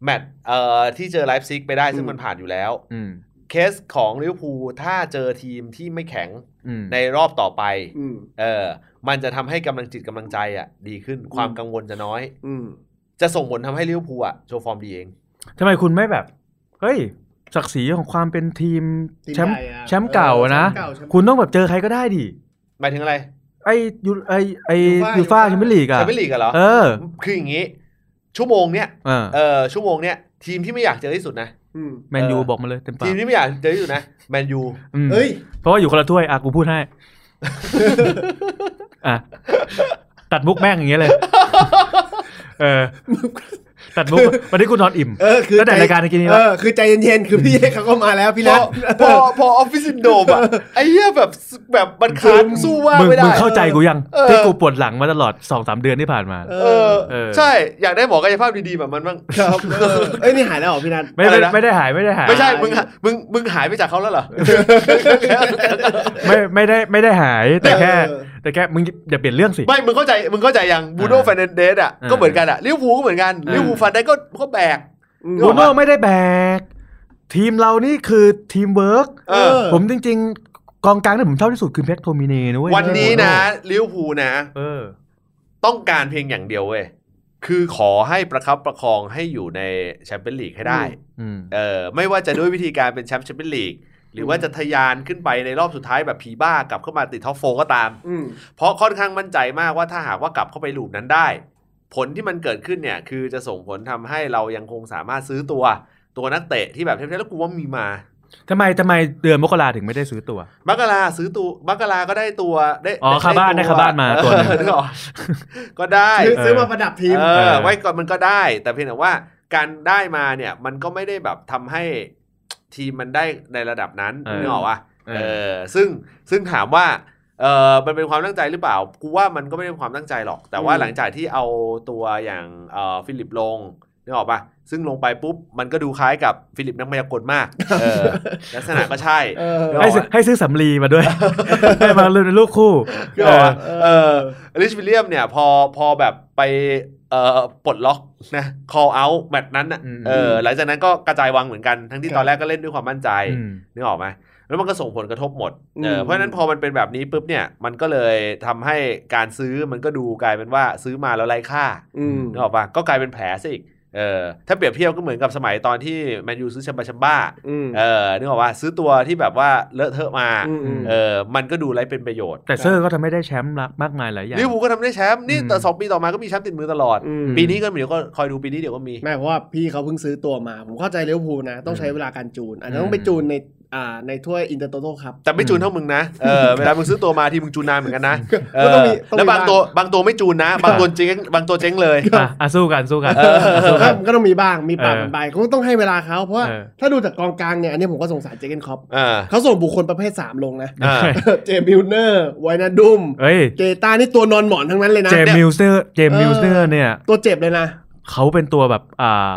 [SPEAKER 1] แมตช์เอ่อที่เจอไลฟ์ซิกไปได้ซึ่งมันผ่านอยู่แล้ว
[SPEAKER 3] อืม
[SPEAKER 1] เคสของลิเวอร์พูลถ้าเจอทีมที่ไม่แข็ง
[SPEAKER 3] อืม
[SPEAKER 1] ในรอบต่อไป
[SPEAKER 2] อืม
[SPEAKER 1] เออมันจะทำให้กำลังจิตกำลังใจอะดีขึ้นความ
[SPEAKER 2] อืม
[SPEAKER 1] กังวลจะน้อย
[SPEAKER 2] อืม
[SPEAKER 1] จะส่งผลทำให้ลิเวอร์พูลอะโชว์ฟอร์มดีเอง
[SPEAKER 3] ทำไมคุณไม่แบบ เฮ้ย ศักดิ์ศรีของความเป็นทีม
[SPEAKER 2] ทีม
[SPEAKER 3] แชมป์
[SPEAKER 2] ใหญ่อะ
[SPEAKER 3] แชมป์เก่าอะนะ
[SPEAKER 2] เออแชมป์เก่าแชมป์
[SPEAKER 3] คุณต้องแบบเจอใครก็ได้ดิ
[SPEAKER 1] หมายถึงอะไร
[SPEAKER 3] ไอยูไอไอยู
[SPEAKER 2] UEFA
[SPEAKER 3] ฟ่าแชมเปี้ยนลีก
[SPEAKER 1] แช
[SPEAKER 3] อะ
[SPEAKER 1] มเปี้ยนลีกอะเหรอ
[SPEAKER 3] เออ
[SPEAKER 1] คืออย่างงี้ ชั่วโมงเนี้ย
[SPEAKER 3] เออ
[SPEAKER 1] เออชั่วโมงเนี้ยทีมที่ไม่อยากเจอที่สุดนะ
[SPEAKER 2] อืม
[SPEAKER 3] แมนยู
[SPEAKER 1] เออ
[SPEAKER 3] บอกมาเลยเต็มปาก
[SPEAKER 1] ทีมที่ไม่อยากเจอที่สุดนะแมนยู
[SPEAKER 3] อืม
[SPEAKER 2] เฮ้ย
[SPEAKER 3] เพราะว่าอยู่คนละถ้วยอ่ะกูพูดให้ อ่ะตัดมุกแม่งอย่างเงี้ยเลย เออ ตัดมุกวันนี้กูนอนอิ่ม
[SPEAKER 2] เออ คือ
[SPEAKER 3] ตั้งแต่รายการเมื่อกี้นี้แล้ว
[SPEAKER 2] เออ คือใจเย็นๆ คือพี่เยเขาก็มาแล้วพี่
[SPEAKER 1] พอ
[SPEAKER 2] นัท
[SPEAKER 1] พอพอออฟฟิศซินโดมอะไอ้เหี้ยแบบแบบมันคานสู้ว่า
[SPEAKER 3] มึง
[SPEAKER 1] ไม่
[SPEAKER 3] มึ
[SPEAKER 1] ได้
[SPEAKER 3] งเข้าใจกูยัง
[SPEAKER 1] เออ
[SPEAKER 3] ที่กูปวดหลังมาตลอดสองสามเดือนที่ผ่านมา
[SPEAKER 2] เอ
[SPEAKER 1] เออ
[SPEAKER 3] เออ
[SPEAKER 1] ใช่ อยากได้หมอกายภาพดีๆแบบมันบ้าง
[SPEAKER 2] ครับเออเอ้ย นี่หายแล้วเหรอพี่นัท
[SPEAKER 3] ไม่
[SPEAKER 1] อะไร
[SPEAKER 3] ไม่
[SPEAKER 1] นะ
[SPEAKER 3] ไม่ได้หายไม่ได้หาย
[SPEAKER 1] ไม่ใช่
[SPEAKER 2] หาย
[SPEAKER 1] มึงหามึงมึงหายไปจากเขาแล้วเหร
[SPEAKER 3] *laughs*
[SPEAKER 1] อ
[SPEAKER 3] ไม่ไม่ได้ไม่ได้หายแต่แค่
[SPEAKER 2] เออ
[SPEAKER 3] แต่แค่มึงอย่าเปลี่ยนเรื่องสิ
[SPEAKER 1] ไม่มึงเข้าใจมึงเข้าใจยังบูโน่
[SPEAKER 3] อ่า
[SPEAKER 1] ฟ e นเดสอ่ะ
[SPEAKER 3] อ่า
[SPEAKER 1] ก็เหมือนกันอ่ะลิเวอร์พูลก็เหมือนกัน
[SPEAKER 3] อ่า
[SPEAKER 1] ลิเวอร์พูลฟันได้ก็ก็แบก
[SPEAKER 2] อืม
[SPEAKER 3] โรโน่ไม่ได้แบก ทีมเรานี่คือทีมเวิร์ก
[SPEAKER 1] เออ
[SPEAKER 3] ผมจริง ๆ กองกลางที่ผมชอบที่สุดคือแพ็กโทมิเน่นะเว้ย
[SPEAKER 1] วันนี้นะลิเวอร์พูลนะ
[SPEAKER 3] เออ
[SPEAKER 1] ต้องการเพียงอย่างเดียวเว้ยคือขอให้ประคับประคองให้อยู่ในแชมเปี้ยนลีกให้ได้
[SPEAKER 3] อืม
[SPEAKER 1] เออไม่ว่าจะด้วยวิธีการเป็นแชมป์แชมเปี้ยนลีก หรือว่าจะทะยานขึ้นไปในรอบสุดท้ายแบบผีบ้ากลับเข้ามาติดท็อปโฟก็ตาม
[SPEAKER 2] อืม
[SPEAKER 1] เพราะค่อนข้างมั่นใจมากว่าถ้าหากว่ากลับเข้าไปลูปนั้นได้ ผลที่มันเกิดขึ้นเนี่ย คือจะส่งผลทำให้เรายังคงสามารถซื้อตัว ตัวนักเตะที่แบบเทพๆแล้วกูว่ามีมา
[SPEAKER 3] ทำไมทำไมเดือนมกราถึงไม่ได้ซื้อตัว
[SPEAKER 1] บักกะลาซื้อตัวบักกะลาก็ได้ตัวได้
[SPEAKER 3] อ๋อคาบ้านได้คาบ้านมาตัวหนึ่ง
[SPEAKER 1] เออนึกออกก็ได้
[SPEAKER 2] ซื้อซื้อมาประดับทีม
[SPEAKER 1] เออไว้ก่อนมันก็ได้ แต่เพียงแต่ว่าการได้มาเนี่ยมันก็ไม่ได้แบบทำให้ทีมมันได้ในระดับนั้น
[SPEAKER 3] เออ
[SPEAKER 1] นึกออกปะ เออซึ่งซึ่งถามว่าเออมันเป็นความตั้งใจหรือเปล่ากูว่ามันก็ไม่ได้เป็นความตั้งใจหรอก แต่ว่าหลังจากที่เอาตัวอย่างเออฟิลิปลงนึกออกปะซึ่งลงไปปุ๊บ มันก็ดูคล้ายกับฟิลิปนักมายากลมากเออลักษณะก็ใช่
[SPEAKER 2] เออ
[SPEAKER 1] เออ
[SPEAKER 3] ให้ซื้อให้ซื้อสำลีมา
[SPEAKER 1] *laughs*
[SPEAKER 3] ด้วย ให้มาลุ้นเป็นลูกคู่
[SPEAKER 1] นึกออกปะ
[SPEAKER 2] เออ
[SPEAKER 1] เออลิชวิลเลียมเนี่ยพอพอแบบไปเอ่อปลดล็อกนะ call out แมตช์นั้นน่ะ
[SPEAKER 3] อืม
[SPEAKER 1] เออหลังจากนั้นก็กระจายวังเหมือนกันทั้งที่ตอนแรกก็เล่นด้วยความมั่นใจ
[SPEAKER 3] อืม
[SPEAKER 1] นึกออกไหมแล้วมันก็ส่งผลกระทบหมดเออ
[SPEAKER 2] ม
[SPEAKER 1] เพราะฉะนั้นพอมันเป็นแบบนี้ปุ๊บเนี่ย มันก็เลยทำให้การซื้อมันก็ดูกลายเป็นว่าซื้อมาแล้วไร้ค่า
[SPEAKER 2] อืม
[SPEAKER 1] นึกออกปะก็กลายเป็นแผลซะอีก เออ ถ้าเปรียบเทียบก็เหมือนกับสมัยตอนที่แมนยูซื้อชัมบาชัมบ้า
[SPEAKER 2] อืม
[SPEAKER 1] เออ นึกออกปะซื้อตัวที่แบบว่าเลอะเทอะมา
[SPEAKER 2] มม
[SPEAKER 1] เออ มันก็ดูไร้เป็นประโยชน์
[SPEAKER 3] แต่เซอร์ก็ทำไม่ได้แชมป์มากมายหลายอย่าง
[SPEAKER 1] ลิเวอร์พูลก็ทำได้แชมป์นี่
[SPEAKER 3] อืม
[SPEAKER 1] แต่สองปีต่อมาก็มีแชมป์ติดมือตลอด
[SPEAKER 2] อืม
[SPEAKER 1] ปีนี้ก็เดี๋ยวก็คอยดูปีนี้เดี๋ยวก็มี
[SPEAKER 2] ไม่เพราะว่าพี่เขาเพิ่งซื้อตัวมา ผมเข้าใจเลี้ยวภูลนะ ต้องใช้เวลาการจูนอาจจะต้องไปจูนในอ่าในถ้วยอินเตอร์โตโต้ครับ
[SPEAKER 1] แต่ไม่จูนเท่ามึงนะ เออ เวลามึงซื้อตัวมาที่มึงจูนนานเหมือนกันนะ เอ
[SPEAKER 2] ก็ต้อง
[SPEAKER 1] อ
[SPEAKER 2] มีต้องมี
[SPEAKER 1] แล้วบาง
[SPEAKER 2] บ้าง
[SPEAKER 1] ตัวบางตัวไม่จูนนะ บางตัวเจ๊งบางตัวเจ๊งเลย
[SPEAKER 3] อ่ะอ่ะสู้กันสู้กัน
[SPEAKER 1] เออ
[SPEAKER 2] ก็ก็ต้องมีบ้างมีปาก
[SPEAKER 3] เออ
[SPEAKER 2] มันไปก็ต้องให้เวลาเขาเพราะว่า
[SPEAKER 3] เออ
[SPEAKER 2] ถ้าดูจากกองกลางเนี่ยอันนี้ผมก็สงสารเจเกนคอป
[SPEAKER 1] อ่า
[SPEAKER 2] เขาส่งบุคคลประเภท 3 ลงนะ *laughs*
[SPEAKER 1] อ่า
[SPEAKER 2] เจมิลเนอร์ไวนาดุม
[SPEAKER 3] เอ้ย
[SPEAKER 2] เกตานี่ตัวนอนหมอนทั้งนั้นเลยนะ
[SPEAKER 3] เจมส์มิลเนอร์เจมส์
[SPEAKER 2] เออ
[SPEAKER 3] มิลเนอร์เนี่ย
[SPEAKER 2] ตัวเจ็บเลยนะ
[SPEAKER 3] เขาเป็นตัวแบบ อ่า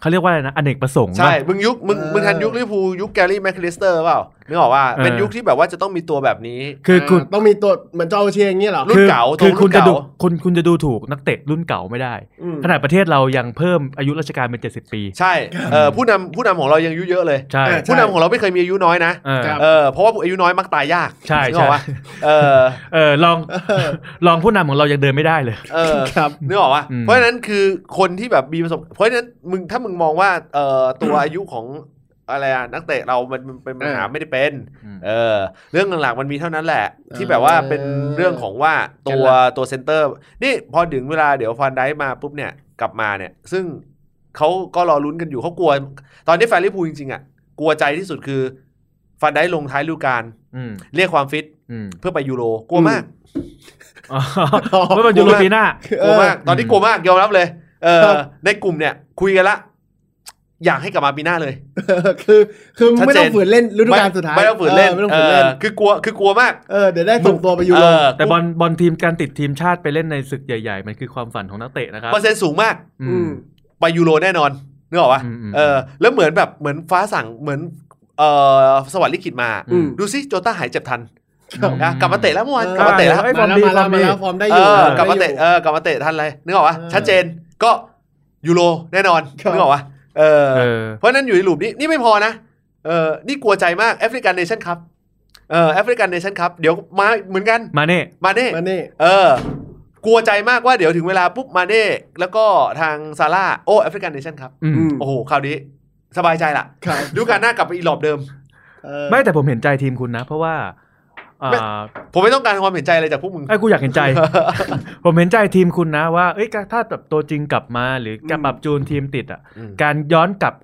[SPEAKER 3] เขาเรียกว่าอะไรนะ อเนกประสงค์
[SPEAKER 1] ใช่
[SPEAKER 3] ป่ะ
[SPEAKER 1] มึงยุค มึง
[SPEAKER 2] เออ
[SPEAKER 1] มึงทันยุคลิเวอร์พูลยุคแกรี่แมคคลิสเตอร์เปล่า นึกออกว่า
[SPEAKER 3] เออ
[SPEAKER 1] เป็นยุคที่แบบว่าจะต้องมีตัวแบบนี้
[SPEAKER 3] คือคุณ
[SPEAKER 2] าต้องมีตัวเหมือนเจ้าเชียร์อย่างเงี้ยเหรอ
[SPEAKER 1] รุ่น
[SPEAKER 3] คือ
[SPEAKER 1] เก่าตั
[SPEAKER 3] คือ
[SPEAKER 1] วรุ่น
[SPEAKER 3] คุณจะดู
[SPEAKER 1] เก่า
[SPEAKER 3] คุณคุณจะดูถูกนักเตะรุ่นเก่าไม่ได้
[SPEAKER 2] อืม
[SPEAKER 3] ขนาดประเทศเรายังเพิ่มอายุราชการเป็น 70 ปี
[SPEAKER 1] ใช่ เออ ผู้นำผู้นำของเรายังอายุเยอะเลย
[SPEAKER 3] ใช่
[SPEAKER 2] อ่ะ
[SPEAKER 1] ผู้นำของเราไม่เคยมีอายุน้อยนะ
[SPEAKER 3] เออ
[SPEAKER 2] ครับ
[SPEAKER 1] เออ เพราะว่าอายุน้อยมักตายยาก
[SPEAKER 3] ใช่
[SPEAKER 1] นึกออกว่า
[SPEAKER 3] ใช่
[SPEAKER 1] เออ
[SPEAKER 3] เออลองลองผู้นำของเรายังเดินไม่ได้เลย
[SPEAKER 1] เออ
[SPEAKER 2] ครับ
[SPEAKER 1] นึกออกว่า
[SPEAKER 3] อืม
[SPEAKER 1] เพราะฉะนั้นคือคนที่แบบมีประสบ เพราะฉะนั้นมึงถ้ามึงมองว่าเอ่อตัวอายุของอะไรอะนักเตะเรามันมันเป็นปัญหา
[SPEAKER 2] เออ
[SPEAKER 1] ไม่ได้เป็น เออ เรื่องหลักๆมันมีเท่านั้นแหละ ที่แบบว่าเป็นเรื่องของว่าตัว
[SPEAKER 2] เออ
[SPEAKER 1] ตัวเซนเตอร์ นี่พอถึงเวลาเดี๋ยวฟันได้มาปุ๊บเนี่ยกลับมาเนี่ย ซึ่งเขาก็รอลุ้นกันอยู่เขากลัว ตอนนี้แฟนลิเวอร์พูลจริงๆอ่ะกลัวใจที่สุดคือฟันได้ลงท้ายฤดูกาล
[SPEAKER 3] อืม
[SPEAKER 1] เรียกความฟิต
[SPEAKER 3] อืม
[SPEAKER 1] เพื่อไปยูโรกลัวมาก
[SPEAKER 3] อ๋อเพราะมันยูโรปีหน้า
[SPEAKER 1] กลัวมากตอนนี้กลัวมากยอมรับเลยเออ
[SPEAKER 2] ครับ
[SPEAKER 1] ในกลุ่มเนี่ยคุยกันละ อยากให้กลับมาปีหน้าเลย
[SPEAKER 2] เออ *laughs* คือคือ
[SPEAKER 1] ชัดเจน
[SPEAKER 2] ไม่ต้องฝืนเล่นฤดูกาลสุดท้าย
[SPEAKER 1] ไม่ต้องฝืนเล่น
[SPEAKER 2] ไม่ต้องฝืนเล่น
[SPEAKER 1] เออคือกลัวคือกลัวมาก
[SPEAKER 2] เออเดี๋ยวได้ส่งตัวไปยูโร
[SPEAKER 1] เออ
[SPEAKER 3] แต่บอลบอลทีมการติดทีมชาติไปเล่นในศึกใหญ่ๆ มันคือความฝันของนักเตะนะครับ
[SPEAKER 1] เปอร์เซ็นต์สูงมาก
[SPEAKER 3] อืม
[SPEAKER 1] ไปยูโรแน่นอนนึกออกปะ
[SPEAKER 3] อืมอืม
[SPEAKER 1] เออ แล้วเหมือนแบบเหมือนฟ้าสั่งเหมือนเออสวรรค์ลิขิตมา
[SPEAKER 2] อืม
[SPEAKER 1] ดูซิโจต้าหายเจ็บทัน
[SPEAKER 2] ครับ
[SPEAKER 1] นะกลับมาเตะแล้วเมื่อวาน
[SPEAKER 2] เออ
[SPEAKER 1] กลับมาเตะแล้ว
[SPEAKER 3] เอ้ยฟอ
[SPEAKER 2] มา
[SPEAKER 3] ร์ม
[SPEAKER 2] แล้ว
[SPEAKER 3] ดี
[SPEAKER 2] มา
[SPEAKER 3] ฟ
[SPEAKER 2] แล้วมา
[SPEAKER 3] อร์มดี
[SPEAKER 2] แล้วฟอร์มได้อ
[SPEAKER 1] เอยู่ อ
[SPEAKER 2] ฟอร์
[SPEAKER 1] กลับมา
[SPEAKER 2] ได้
[SPEAKER 1] เตะ
[SPEAKER 2] อยู่
[SPEAKER 1] เออกลับมาเตะทันเลยนึกออกปะ
[SPEAKER 2] เออ
[SPEAKER 1] ชัดเจนก็ยูโรแน่นอน
[SPEAKER 2] ครับ
[SPEAKER 1] นึกออกปะเออ
[SPEAKER 3] เออ
[SPEAKER 1] เพราะฉะนั้นอยู่ในหลุมนี้นี่ไม่พอนะ เออนี่กลัวใจมากแอฟริกันเนชั่นครับ เออแอฟริกันเนชั่นครับ เดี๋ยวมาเหมือนกัน
[SPEAKER 3] มาเน่
[SPEAKER 1] มาเน่
[SPEAKER 2] มานี่
[SPEAKER 1] เออ กลัวใจมากว่าเดี๋ยวถึงเวลาปุ๊บมาเน่ แล้วก็ทางซาร่าโอ้แอฟริกันเนชั่นครับ
[SPEAKER 3] อืม
[SPEAKER 2] อืม
[SPEAKER 1] โอ้โห คราวนี้ สบายใจละ
[SPEAKER 2] ครับ
[SPEAKER 1] ดูการหน้ากลับไปอีหลอบเดิม
[SPEAKER 2] เออ
[SPEAKER 3] ไม่แต่ผมเห็นใจทีมคุณนะ เพราะว่าอ่า
[SPEAKER 1] ไม่ ผมไม่ต้องการความเห็นใจอะไรจากพวกมึง
[SPEAKER 3] ไอ้ยกูอยากเห็นใจ *laughs* ผมเห็นใจทีมคุณนะว่าเอ้ยถ้าแบบตัวจริงกลับมาหรือการปรับจูนทีมติดอ่ะ
[SPEAKER 1] อืม
[SPEAKER 3] การย้อนกลับ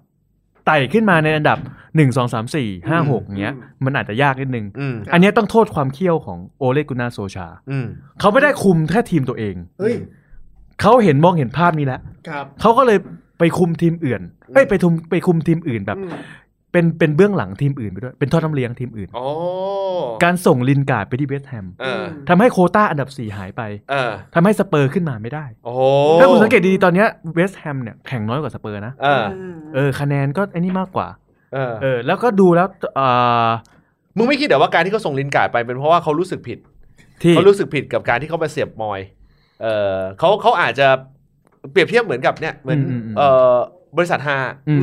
[SPEAKER 3] ไต่ขึ้นมาในอันดับหนึ่งสองสามสี่ห้าหกเนี้ย มันอาจจะยากนิดนึง
[SPEAKER 1] อืม
[SPEAKER 3] อันเนี้ยต้องโทษความเขี้ยวของโอเลกุนาโซชา
[SPEAKER 1] อืม
[SPEAKER 3] เขาไม่ได้คุมแค่ทีมตัวเอง
[SPEAKER 2] เฮ้ย
[SPEAKER 3] เขาเห็นมองเห็นภาพนี้แล้ว
[SPEAKER 2] ครับ
[SPEAKER 3] เขาก็เลยไปคุมทีมอื่นเอ้ยไปทุมไปคุมทีมอื่นแบบ
[SPEAKER 2] อืม
[SPEAKER 3] เป็นเป็นเบื้องหลังทีมอื่นไปด้วย เป็นท่อน้ำเลี้ยงทีมอื่น
[SPEAKER 1] โอ้
[SPEAKER 3] การส่งลินการ์ดไปที่เวสต์แฮม
[SPEAKER 1] เออ
[SPEAKER 3] ทำให้โควต้าอันดับ 4 หายไป
[SPEAKER 1] เออ
[SPEAKER 3] ทำให้สเปอร์ขึ้นมาไม่ได้
[SPEAKER 1] โอ้โห
[SPEAKER 3] ถ้าคุณสังเกตดีๆตอนเนี้ยเวสต์แฮมเนี่ยแข่งน้อยกว่าสเปอร์นะ
[SPEAKER 1] เออ
[SPEAKER 3] เออคะแนนก็ไอ้นี่มากกว่า
[SPEAKER 1] เออ
[SPEAKER 3] เออ แล้วก็ดูแล้วเอ่อ
[SPEAKER 1] มึงไม่คิดเหรอว่าการที่เขาส่งลินการ์ดไปเป็นเพราะว่าเขารู้สึกผิด
[SPEAKER 3] ที่
[SPEAKER 1] เขารู้สึกผิดกับการที่เขาไปเสียบมอย เออเขาเขาอาจจะเปรียบเทียบเหมือนกับเนี่ยเหมือนเออบริษัทฮา
[SPEAKER 3] อื
[SPEAKER 1] *laughs*
[SPEAKER 3] ม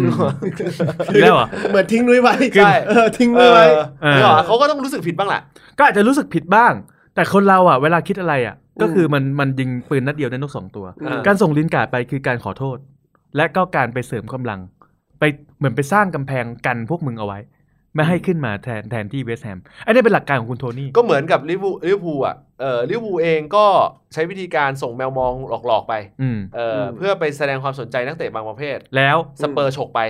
[SPEAKER 3] แล้วเหรอ่ะ
[SPEAKER 2] เหมือนทิ้งนุ้ยไว้
[SPEAKER 1] ใช่
[SPEAKER 2] เออทิ้ง
[SPEAKER 1] เอ
[SPEAKER 2] นุ้ย
[SPEAKER 1] อ
[SPEAKER 2] ไว้
[SPEAKER 3] เออ
[SPEAKER 1] นึกออกปะเขาก็ต้องรู้สึกผิดบ้างแหละ
[SPEAKER 3] ก็อาจจะรู้สึกผิดบ้าง แต่คนเราอ่ะเวลาคิดอะไรอ่ะ ก็คืออ
[SPEAKER 2] ม
[SPEAKER 3] มันมันยิงปืนนัดเดียวได้นกสองตัว
[SPEAKER 1] เออ
[SPEAKER 3] การส่งลินการ์ดไปคือการขอโทษ และก็การไปเสริมกำลัง ไปเหมือนไปสร้างกำแพงกันพวกมึงเอาไว้ ไม่ให้ขึ้นมาแทนแทนที่เวสแฮมอันนี้เป็นหลักการของคุณโทนี่
[SPEAKER 1] ก็เหมือนกับลิเวอร์ลิเวอร์พูลอ่ะเออลิเวอร์พูลเองก็ใช้วิธีการส่งแมวมองหลอกๆไป
[SPEAKER 3] อืม
[SPEAKER 1] เอออ
[SPEAKER 2] ม
[SPEAKER 1] เพื่อไปแสดงความสนใจนักเตะบางประเภท
[SPEAKER 3] แล้ว
[SPEAKER 1] สเปอร์ฉกไป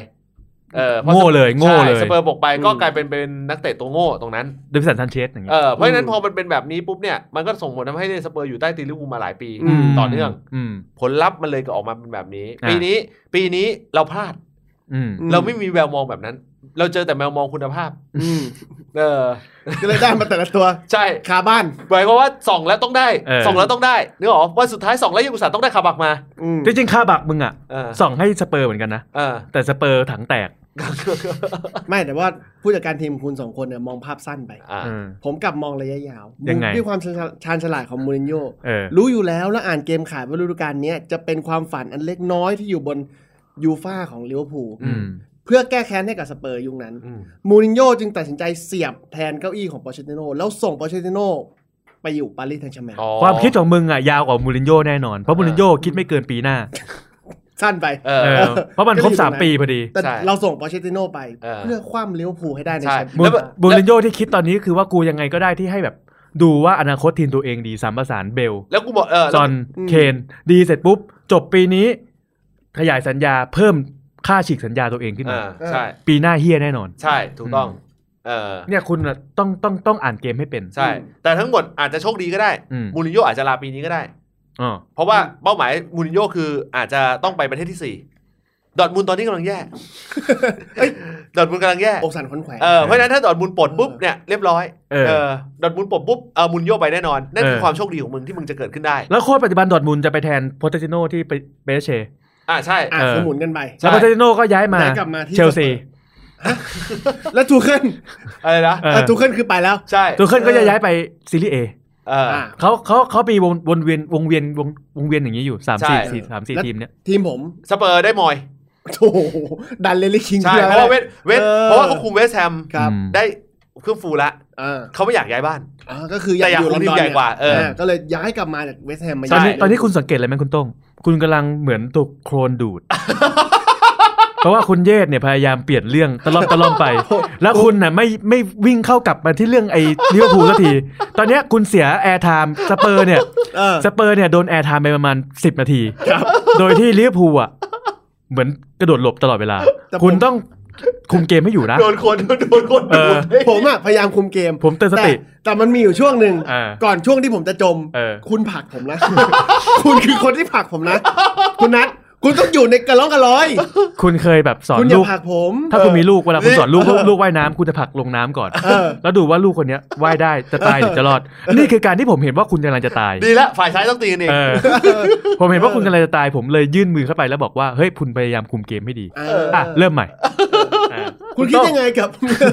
[SPEAKER 1] เออพราะ
[SPEAKER 3] โง่เลยโง่เลย
[SPEAKER 1] ใช่สเปอร์บกไปก็
[SPEAKER 2] อืม
[SPEAKER 1] กลายเป็นเป็นนักเตะตัวโง่ตรงนั้น
[SPEAKER 3] เดวิสันซันเชสอย่างเงี้
[SPEAKER 1] เอย อเพราะฉะนั้น
[SPEAKER 2] อืม
[SPEAKER 1] พอมันเป็นแบบนี้ปุ๊บเนี่ยมันก็ส่งผลทำให้สเปอร์อยู่ใต้ตีนลิเวอร์พูลมาหลายปี
[SPEAKER 2] อืม
[SPEAKER 1] ต่อเนื่อง
[SPEAKER 3] อืม
[SPEAKER 1] ผลลัพธ์มันเลยก็ออกมาเป็นแบบนี้
[SPEAKER 3] อ่ะ
[SPEAKER 1] ปีนี้ปีนี้เราพลาด
[SPEAKER 3] อืม
[SPEAKER 1] เราไม่มีแววมองแบบนั้น เราเจอแต่แมวมองคุณภาพ
[SPEAKER 2] อืม
[SPEAKER 1] เออ
[SPEAKER 2] ก็เลยได้มาแต่ละตัว
[SPEAKER 1] ใช่
[SPEAKER 2] คาบ้าน
[SPEAKER 1] หมายความว่าส่องแล้วต้องได้
[SPEAKER 3] เออ
[SPEAKER 1] ส่องแล้วต้องได้นึกออกว่าสุดท้ายส่องแล้วยังอุตส่าห์ต้องได้คาบักมา
[SPEAKER 2] อืม
[SPEAKER 3] จริงๆค่าบักมึงอ่ะ
[SPEAKER 1] เออ
[SPEAKER 3] ส่องให้สเปอร์เหมือนกันนะ
[SPEAKER 1] เออ *laughs*
[SPEAKER 3] แต่สเปอร์ถังแตก
[SPEAKER 2] ไม่แต่ว่าผู้จัดการทีมคุณสองคนเนี่ยมองภาพสั้นไป
[SPEAKER 1] อ่ะ
[SPEAKER 3] เออ
[SPEAKER 2] ผมกลับมองระยะยาว
[SPEAKER 3] ยังไง
[SPEAKER 2] ด้วยความชาญชาญฉลาดของมูรินโญ่
[SPEAKER 3] เออ
[SPEAKER 2] รู้อยู่แล้วและอ่านเกมขาดว่าฤดูกาลเนี้ยจะเป็นความฝันอันเล็กน้อยที่อยู่บนยูฟ่าของลิเวอร์พูล
[SPEAKER 3] อืม
[SPEAKER 2] เพื่อแก้แค้นให้กับสเปอร์ยุคนั้น
[SPEAKER 1] อืม
[SPEAKER 2] มูรินโญ่จึงตัดสินใจเสียบแทนเก้าอี้ของปอเชติโนแล้วส่งปอเชติโนไปอยู่ปารีสแซงต์แชร์แมง
[SPEAKER 1] อ๋อ
[SPEAKER 3] ความคิดของมึงอ่ะยาวกว่ามูรินโญ่แน่นอน เพราะมูรินโญ่คิดไม่เกินปีหน้า
[SPEAKER 2] สั้นไป
[SPEAKER 1] เอ
[SPEAKER 3] เอ
[SPEAKER 1] อ
[SPEAKER 3] อ เพราะมันครบสามปีพอดี
[SPEAKER 2] แต่
[SPEAKER 1] ใช่
[SPEAKER 2] เราส่งปอเชติโนไป
[SPEAKER 1] เออ
[SPEAKER 2] เพื่อคว่ำลิเวอร์พูลให้ได้ใน
[SPEAKER 1] ใช่
[SPEAKER 2] แชมเปี้
[SPEAKER 3] มู
[SPEAKER 2] ย
[SPEAKER 1] แล้ว
[SPEAKER 2] นส์ลีก
[SPEAKER 3] มูรินโญ่ที่คิดตอนนี้คือว่ากูยังไงก็ได้ที่ให้แบบ ดูว่าอนาคตทีมตัวเองดีสามประสานเบล
[SPEAKER 1] แล้วกูบอกเออ
[SPEAKER 3] จอห์นเคนดีเสร็จปุ๊บ จบปีนี้ ขยายสัญญาเพิ่มค่าฉีกสัญญาตัวเองขึ้น
[SPEAKER 1] เอ
[SPEAKER 3] มา
[SPEAKER 1] อใช่
[SPEAKER 3] ปีหน้าเฮียแน่นอน
[SPEAKER 1] ใช่ถูกต้อง เออ
[SPEAKER 3] เนี่ยคุณน่ะต้องต้องต้องอ่านเกมให้เป็น
[SPEAKER 1] ใช่ แต่ทั้งหมดอาจจะโชคดีก็ได้
[SPEAKER 3] อืม
[SPEAKER 1] มูรินโญ่อาจจะลาปีนี้ก็ได้
[SPEAKER 3] อ๋อ
[SPEAKER 1] เพราะว่าเป้าหมายมูรินโญ่คืออาจจะต้องไปประเทศที่สี่ดอร์ทมุนด์ตอนนี้กำลังแย่ เอ้ยดอร์ทมุนด์กำลังแย่
[SPEAKER 2] โอกสันขนแขวน
[SPEAKER 1] เออ เพราะฉะนั้นถ้าดอร์ทมุนด์ปลดปุ๊บเนี่ยเรียบร้อย
[SPEAKER 3] เอ
[SPEAKER 1] เอ
[SPEAKER 3] อ
[SPEAKER 1] อ ดอร์ทมุนด์ปลดปุ๊บ เออมูรินโญ่ไปแน่นอน นั่นคือ
[SPEAKER 3] เออ
[SPEAKER 1] ความโชคดีของมึงที่มึงจะเกิดขึ้นได้
[SPEAKER 3] แล้วโค้ชปัจจุบันดอร์ทมุนด์จะไปแทนโพเตติโนที่ไปเปเช
[SPEAKER 1] อ่าใช่
[SPEAKER 2] อ่ะ
[SPEAKER 3] เออ
[SPEAKER 2] คือหมุนกันไป
[SPEAKER 1] ใช่
[SPEAKER 3] แล้วโพเตติโนก็ย้ายมา
[SPEAKER 2] ไหนกลับมาที่
[SPEAKER 3] เชลซี
[SPEAKER 2] แล้วทูเคิล
[SPEAKER 1] อะไรนะ
[SPEAKER 3] เออ
[SPEAKER 2] เออทูเคิลคือไปแล้ว
[SPEAKER 1] ใช่
[SPEAKER 3] ตูเคิลก็จะย้ายไปซีรีส์เอ
[SPEAKER 1] เอออ
[SPEAKER 2] ะ
[SPEAKER 3] เขาเขาเขามีวงวนเวียนวงเวียนวงวงเวียนอย่างนี้อยู่สามสี่
[SPEAKER 1] ใช่
[SPEAKER 3] สี่สามสี่
[SPEAKER 2] แล้ว
[SPEAKER 3] ทีมเนี่ย
[SPEAKER 2] ทีมผม
[SPEAKER 1] สเปอร์ได้มอย
[SPEAKER 2] โอ้โหดันเลลี่คิง
[SPEAKER 1] ใช่
[SPEAKER 2] คืออ
[SPEAKER 1] เพราะว่า
[SPEAKER 2] ไร
[SPEAKER 1] เวสเวส
[SPEAKER 2] เออ
[SPEAKER 1] เพราะว่าเขาคุมเวสแฮม
[SPEAKER 2] ครับ
[SPEAKER 3] อืม
[SPEAKER 1] ได้เครื่องฟูลละ
[SPEAKER 2] อ่า
[SPEAKER 1] เขาไม่อยากย้ายบ้าน
[SPEAKER 2] อ่าก็คืออ
[SPEAKER 1] แต่อยาก
[SPEAKER 2] อยู่
[SPEAKER 1] คุม
[SPEAKER 2] ลอน
[SPEAKER 1] ที
[SPEAKER 2] ด
[SPEAKER 1] ม
[SPEAKER 2] อน
[SPEAKER 1] ใหญ่กว่า
[SPEAKER 2] เนี่ย
[SPEAKER 1] เออ
[SPEAKER 2] อ่าก็เลยย้ายกลับมาจากเวสต์แฮมมา
[SPEAKER 1] ใช่
[SPEAKER 3] ตอน
[SPEAKER 2] ย้า
[SPEAKER 3] นี้
[SPEAKER 2] ย
[SPEAKER 3] ตอนนี้คุณสังเกตอะไรไหมคุณโต้ง คุณกำลังเหมือนถูกโครนดู
[SPEAKER 2] *laughs*
[SPEAKER 3] ด เพราะว่าคุณเยศเนี่ยพยายามเปลี่ยนเรื่องตะล่อมตะล่
[SPEAKER 2] *laughs*
[SPEAKER 3] อมไป แล้วคุณน่ะไม่ไม่วิ่งเข้ากลับมาที่เรื่องไอ้ลิเวอร์พูลสักที
[SPEAKER 2] *laughs*
[SPEAKER 3] ตอนเนี้ยคุณเสียแอร์ไทม์สเปอร์เนี่ย
[SPEAKER 2] เออ
[SPEAKER 3] สเปอร์เนี่ยโดนแอร์ไทม์ไปประมาณ 10 นาที
[SPEAKER 2] ครับ
[SPEAKER 3] โดยที่ลิเวอร์พูลอ่ะ เหมือนกระโดดหลบตลอดเวลา
[SPEAKER 2] แต่ผม
[SPEAKER 3] คุณต้องคุมเกมให้อยู่นะ
[SPEAKER 1] โดนคน *laughs* โดนคน
[SPEAKER 3] เอ
[SPEAKER 1] ดู
[SPEAKER 3] อ
[SPEAKER 1] ด
[SPEAKER 2] ผมอ่ะพยายามคุมเกม
[SPEAKER 3] ผมเตือนส
[SPEAKER 2] แต่
[SPEAKER 3] ติ
[SPEAKER 2] แต่มันมีอยู่ช่วงหนึ่ง
[SPEAKER 3] เออ
[SPEAKER 2] ก่อนช่วงที่ผมจะจม
[SPEAKER 3] เออ
[SPEAKER 2] คุณผลักผมนะ *laughs* คุณคือคนที่ผลักผมนะ คุณนัทคุณต้องอยู่ในกระล้องกระร้อย
[SPEAKER 3] คุณเคยแบบสอน
[SPEAKER 2] คุณอย่า
[SPEAKER 3] ลูก
[SPEAKER 2] ผลักผม
[SPEAKER 3] ถ้าคุณมีลูกเวลาคุณ
[SPEAKER 1] เออ
[SPEAKER 3] สอนลูกลูกว่ายน้ำคุณจะผลักลงน้ำก่อน
[SPEAKER 2] เออ
[SPEAKER 3] แล้วดูว่าลูกคนเนี้ยว่ายได้ *laughs* จะตายหรือจะรอด นี่คือการที่ผมเห็นว่าคุณกำลังจะตาย
[SPEAKER 1] ดีละฝ่ายซ้ายต้องตีกันเอง
[SPEAKER 3] เออผมเห็นว่าคุณกำลังจะตาย ผมเลยยื่นมือเข้าไปแล้วบอกว่าเฮ้ยคุณพยายามคุมเกมให้ดี
[SPEAKER 2] เออ
[SPEAKER 3] อ่ะเริ่มใหม่อ่ะ
[SPEAKER 2] คุณคิดยังไงกับ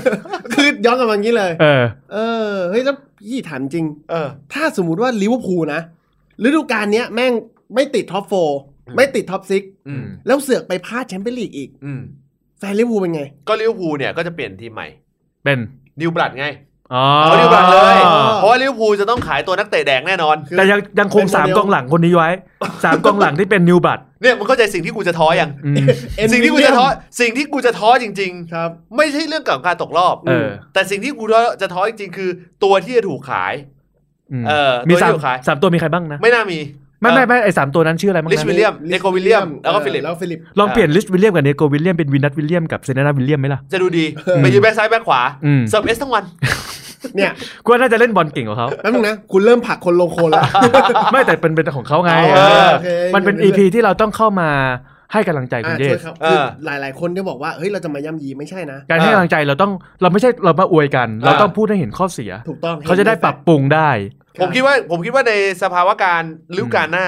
[SPEAKER 3] *laughs*
[SPEAKER 2] คือย้อนกลับมาอย่างนี้เลย
[SPEAKER 3] เออ
[SPEAKER 2] เออเฮ้ยแล้วยี่ถามจริง
[SPEAKER 1] เออ
[SPEAKER 2] ถ้าสมมติว่าลิเวอร์พูลนะฤดูกาลเนี้ยแม่งไม่ติดท็อปโฟไม่ติดท็อปซิก
[SPEAKER 1] อืม
[SPEAKER 2] แล้วเสือกไปพลาดแชมเปี้ยนลีกอีก
[SPEAKER 1] อืม
[SPEAKER 2] แฟนลิเวอร์พูลเป็นไง
[SPEAKER 1] ก็ลิเวอร์พูลเนี่ยก็จะเปลี่ยนทีมใหม่
[SPEAKER 3] เป็น
[SPEAKER 1] นิวบลัดไง
[SPEAKER 3] อ๋อ
[SPEAKER 1] เอานิวบลัดเลย
[SPEAKER 2] อ๋อ
[SPEAKER 1] เพราะว่าลิเวอร์พูลจะต้องขายตัวนักเตะแดงแน่นอน
[SPEAKER 2] คือ
[SPEAKER 3] แต่ยังยังคงสามกองหลังคนนี้ไว้สามกองหลังที่เป็นนิวบัต
[SPEAKER 1] เนี่ยมันเข้าใจสิ่งที่กูจะท้อยัง
[SPEAKER 3] อืม
[SPEAKER 2] เอ็น
[SPEAKER 1] *laughs* สิ่งที่กูจะท้อสิ่งที่กูจะท้อจริง
[SPEAKER 2] ครับ
[SPEAKER 1] ๆ ไม่ใช่เรื่องกับการตกรอบ
[SPEAKER 3] เออ
[SPEAKER 1] แต่สิ่งที่กูจะท้อจริงๆคือ ตัวที่จะถูกขาย
[SPEAKER 3] อืม
[SPEAKER 1] เออ
[SPEAKER 3] มี
[SPEAKER 1] ตัว
[SPEAKER 3] สาม
[SPEAKER 1] ที่ขาย
[SPEAKER 3] สามตัวมีใใครบ้างนะ
[SPEAKER 1] ไม่น่ามี
[SPEAKER 3] ไม่ไม่ไม่ไอสามตัวนั้นชื่ออะไรบ้าง
[SPEAKER 1] ลิช
[SPEAKER 3] นะ
[SPEAKER 1] วิลเลียมเนโกวิลเลียม แล้วก็ฟิลิป
[SPEAKER 2] แล้วฟิลิป
[SPEAKER 3] ลองเปลี่ยนลิชวิลเลียมกับเนโกวิลเลียมเป็นวินัทวิลเลียมกับเซเนนาวิลเลียมไหมล่ะ
[SPEAKER 1] จะดูดี
[SPEAKER 2] เออ
[SPEAKER 1] ไปยืนแบ็คซ้ายแบ็คขวา
[SPEAKER 3] อืม
[SPEAKER 1] เซิร์ฟเอสทั้งวัน
[SPEAKER 2] เนี่ย
[SPEAKER 3] กูว่าน่าจะเล่นบอลเก่งกว่าเขา
[SPEAKER 2] แป๊บนึงนะคุณเริ่มผลักคนลงโคนแล้ว
[SPEAKER 3] ไม่แต่เป็นเป็นของเขาไง
[SPEAKER 1] เออ
[SPEAKER 2] โอเค
[SPEAKER 3] มันเป็นอีพีที่เราต้องเข้ามาให้กำลังใจคุณ
[SPEAKER 2] อ่า
[SPEAKER 3] เย
[SPEAKER 2] ช่ว
[SPEAKER 3] ส
[SPEAKER 2] ยครับ
[SPEAKER 1] เออ
[SPEAKER 2] คือหลาย ๆ คนที่บอกว่าเฮ้ยเราจะมาย่ำยีไม่ใช่นะ
[SPEAKER 3] การให้กำลังใจเราต้องเราไม่ใช่เรามาอวยกัน เราต้องพูดให้เห็นข้อเสีย
[SPEAKER 2] ถูกต้อง
[SPEAKER 3] เขาจะได้ปรับปรุงได้
[SPEAKER 1] ผมคิดว่าผมคิดว่าในสภาวะการฤดูกาลหน้า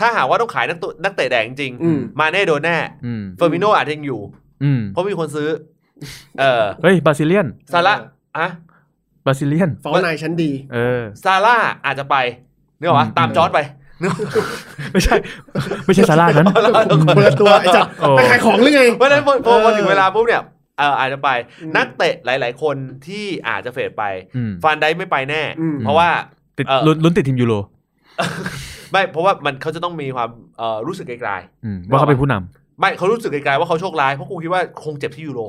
[SPEAKER 1] ถ้าหากว่าต้องขายนักตัวนักเตะแดงจริงๆ
[SPEAKER 2] อืม
[SPEAKER 1] มาแน่โดนแน่
[SPEAKER 3] อืม
[SPEAKER 1] เฟอร์มิโนอาจจะยังอยู่
[SPEAKER 3] อืม
[SPEAKER 1] เพราะมีคนซื้อ เออ
[SPEAKER 3] เฮ้ยบราซิเลียน
[SPEAKER 1] ซาร่าอะ
[SPEAKER 3] บราซิเลียน
[SPEAKER 2] ฟอร์นายชั้นดี
[SPEAKER 3] เออ
[SPEAKER 1] ซาร่าอาจจะไปนึกออกปะ
[SPEAKER 3] อืม
[SPEAKER 1] ตามจอร์ดไปนึกออกปะ
[SPEAKER 3] ไม่ใช่ ไม่ใช่ซาร่านั้น
[SPEAKER 2] คนละตัวไอ้จัด
[SPEAKER 3] โอ้
[SPEAKER 2] ไปขายของหรือไง
[SPEAKER 1] เพราะฉะนั้นพอพอพอ
[SPEAKER 2] เออ
[SPEAKER 1] ถึงเวลาปุ๊บเนี่ยเอออาจจะไป
[SPEAKER 2] อืม
[SPEAKER 1] นักเตะหลาย ๆ คนที่อาจจะเฟดไป
[SPEAKER 3] อืม
[SPEAKER 1] ฟานไดไม่ไปแน่
[SPEAKER 2] อืม
[SPEAKER 1] เพราะว่า
[SPEAKER 3] ติด
[SPEAKER 1] เออ
[SPEAKER 3] ลุ้นลุ้นติดทีมยูโร
[SPEAKER 1] ไม่เพราะว่ามันเขาจะต้องมีความเอ่อรู้สึกไกล
[SPEAKER 3] อืมว่าเขาเป็นผู้นำ
[SPEAKER 1] ๆไม่เขารู้สึกไกลๆว่าเขาโชคร้ายเพราะกูคิดว่าคงเจ็บที่ยูโร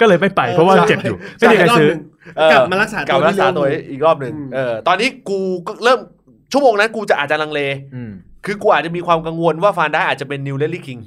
[SPEAKER 3] ก็เลยไม่ไปเพราะว่าเจ็บอยู่ ไม่มีใครซื้อ
[SPEAKER 1] เออก
[SPEAKER 2] ลับมารักษาตัว
[SPEAKER 1] กลับมรักษาตัว
[SPEAKER 2] ที่
[SPEAKER 1] อี
[SPEAKER 2] ลิเวอร์พูล
[SPEAKER 1] กรอบหนึ่ง
[SPEAKER 2] อืม
[SPEAKER 1] เออตอนนี้กูก็เริ่มชั่วโมงนั้นกูจะอาจจะลังเล
[SPEAKER 3] อืม
[SPEAKER 1] คือกูอาจจะมีความกังวลว่าฟานได้อาจจะเป็นนิวเลลลี่คิง